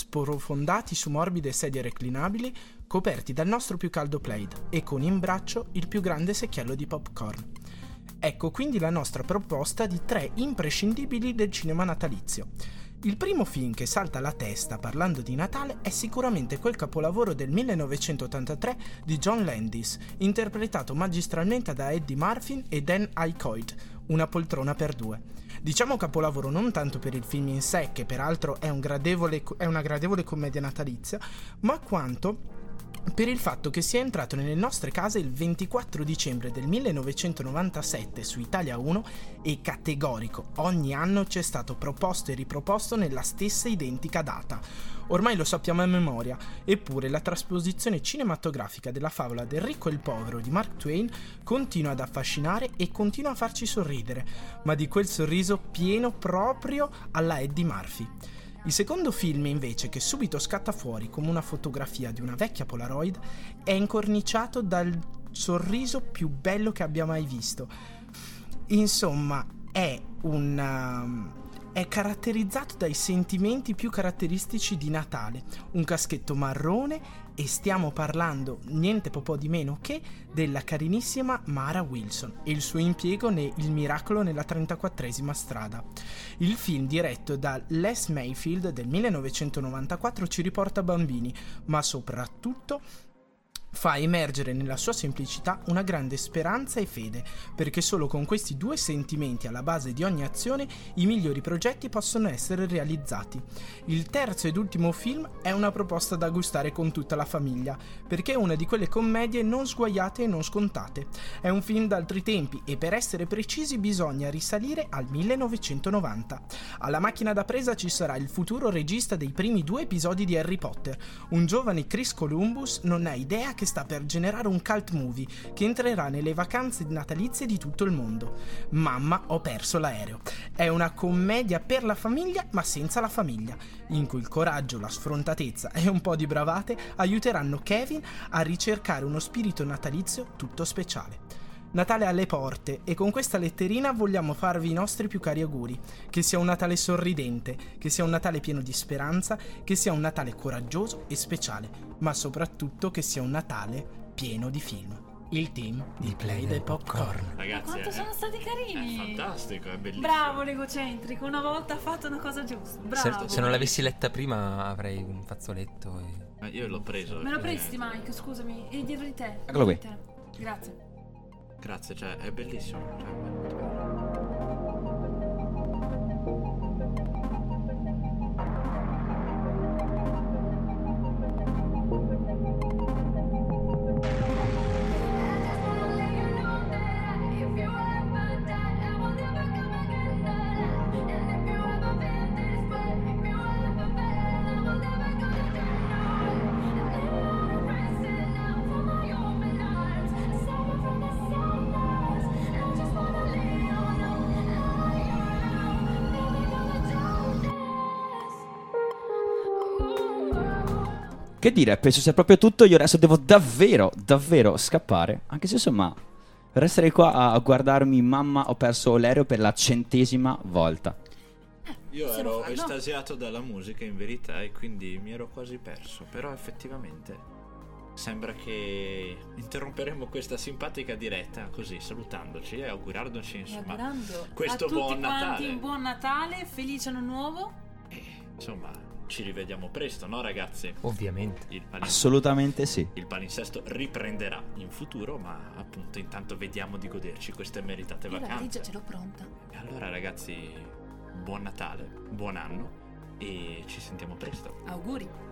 sprofondati su morbide sedie reclinabili, coperti dal nostro più caldo plaid e con in braccio il più grande secchiello di popcorn. Ecco quindi la nostra proposta di tre imprescindibili del cinema natalizio. Il primo film che salta alla testa parlando di Natale è sicuramente quel capolavoro del 1983 di John Landis, interpretato magistralmente da Eddie Marfin e Dan Aykroyd, Una poltrona per due. Diciamo capolavoro non tanto per il film in sé, che peraltro è, un gradevole- è una gradevole commedia natalizia, ma quanto per il fatto che sia entrato nelle nostre case il 24 dicembre del 1997 su Italia 1 e categorico, ogni anno ci è stato proposto e riproposto nella stessa identica data. Ormai lo sappiamo a memoria, eppure la trasposizione cinematografica della favola del ricco e il povero di Mark Twain continua ad affascinare e continua a farci sorridere, ma di quel sorriso pieno proprio alla Eddie Murphy. Il secondo film, invece, che subito scatta fuori come una fotografia di una vecchia Polaroid, è incorniciato dal sorriso più bello che abbia mai visto. Insomma, è un. um, è caratterizzato dai sentimenti più caratteristici di Natale, un caschetto marrone e stiamo parlando niente po' po' di meno che della carinissima Mara Wilson e il suo impiego ne Il miracolo nella 34esima strada. Il film diretto da Les Mayfield del 1994 ci riporta bambini, ma soprattutto fa emergere nella sua semplicità una grande speranza e fede, perché solo con questi due sentimenti alla base di ogni azione i migliori progetti possono essere realizzati. Il terzo ed ultimo film è una proposta da gustare con tutta la famiglia, perché è una di quelle commedie non sguaiate e non scontate. È un film d'altri tempi e per essere precisi bisogna risalire al 1990. Alla macchina da presa ci sarà il futuro regista dei primi due episodi di Harry Potter. Un giovane Chris Columbus non ha idea che sta per generare un cult movie che entrerà nelle vacanze natalizie di tutto il mondo. Mamma, ho perso l'aereo. È una commedia per la famiglia ma senza la famiglia, in cui il coraggio, la sfrontatezza e un po' di bravate aiuteranno Kevin a ricercare uno spirito natalizio tutto speciale. Natale alle porte e con questa letterina vogliamo farvi i nostri più cari auguri. Che sia un Natale sorridente, che sia un Natale pieno di speranza, che sia un Natale coraggioso e speciale, ma soprattutto che sia un Natale pieno di film. Il team di Play the Popcorn.
Ragazzi,
Quanto
è-
sono stati carini!
È fantastico, è bellissimo.
Bravo l'egocentrico, una volta ha fatto una cosa giusta. Bravo.
Se, Certo, se non l'avessi letta prima avrei un fazzoletto. E...
Ma io l'ho preso. eh.
Me lo presti Mike, scusami, è dietro di te.
Eccolo qui.
Dietro di te. Grazie.
Grazie, cioè, è bellissimo. cioè,
Che dire, penso sia proprio tutto. Io adesso devo davvero, davvero scappare. Anche se insomma, per essere qua a guardarmi, mamma, ho perso l'aereo per la centesima volta.
Io
Se lo
ero
fanno.
estasiato dalla musica in verità e quindi mi ero quasi perso, però effettivamente sembra che interromperemo questa simpatica diretta così salutandoci e augurandoci
E
insomma
augurando
questo
a tutti
buon
quanti
Natale.
un buon Natale, felice anno nuovo.
Insomma, ci rivediamo presto, no ragazzi?
Ovviamente.
Il, palin-
Assolutamente sì.
il palinsesto riprenderà in futuro, ma appunto intanto vediamo di goderci queste meritate
Io la valigia
vacanze.
ce l'ho pronta.
E allora ragazzi, buon Natale, buon anno e ci sentiamo presto.
Auguri.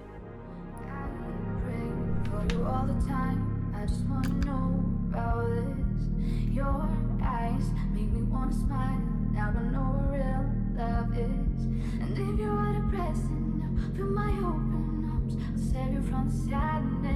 for you all the time. I just wanna know about this. Your eyes make me wanna smile. Now I know what real love is. And if you are depressed, now feel my open arms. I'll save you from the sadness.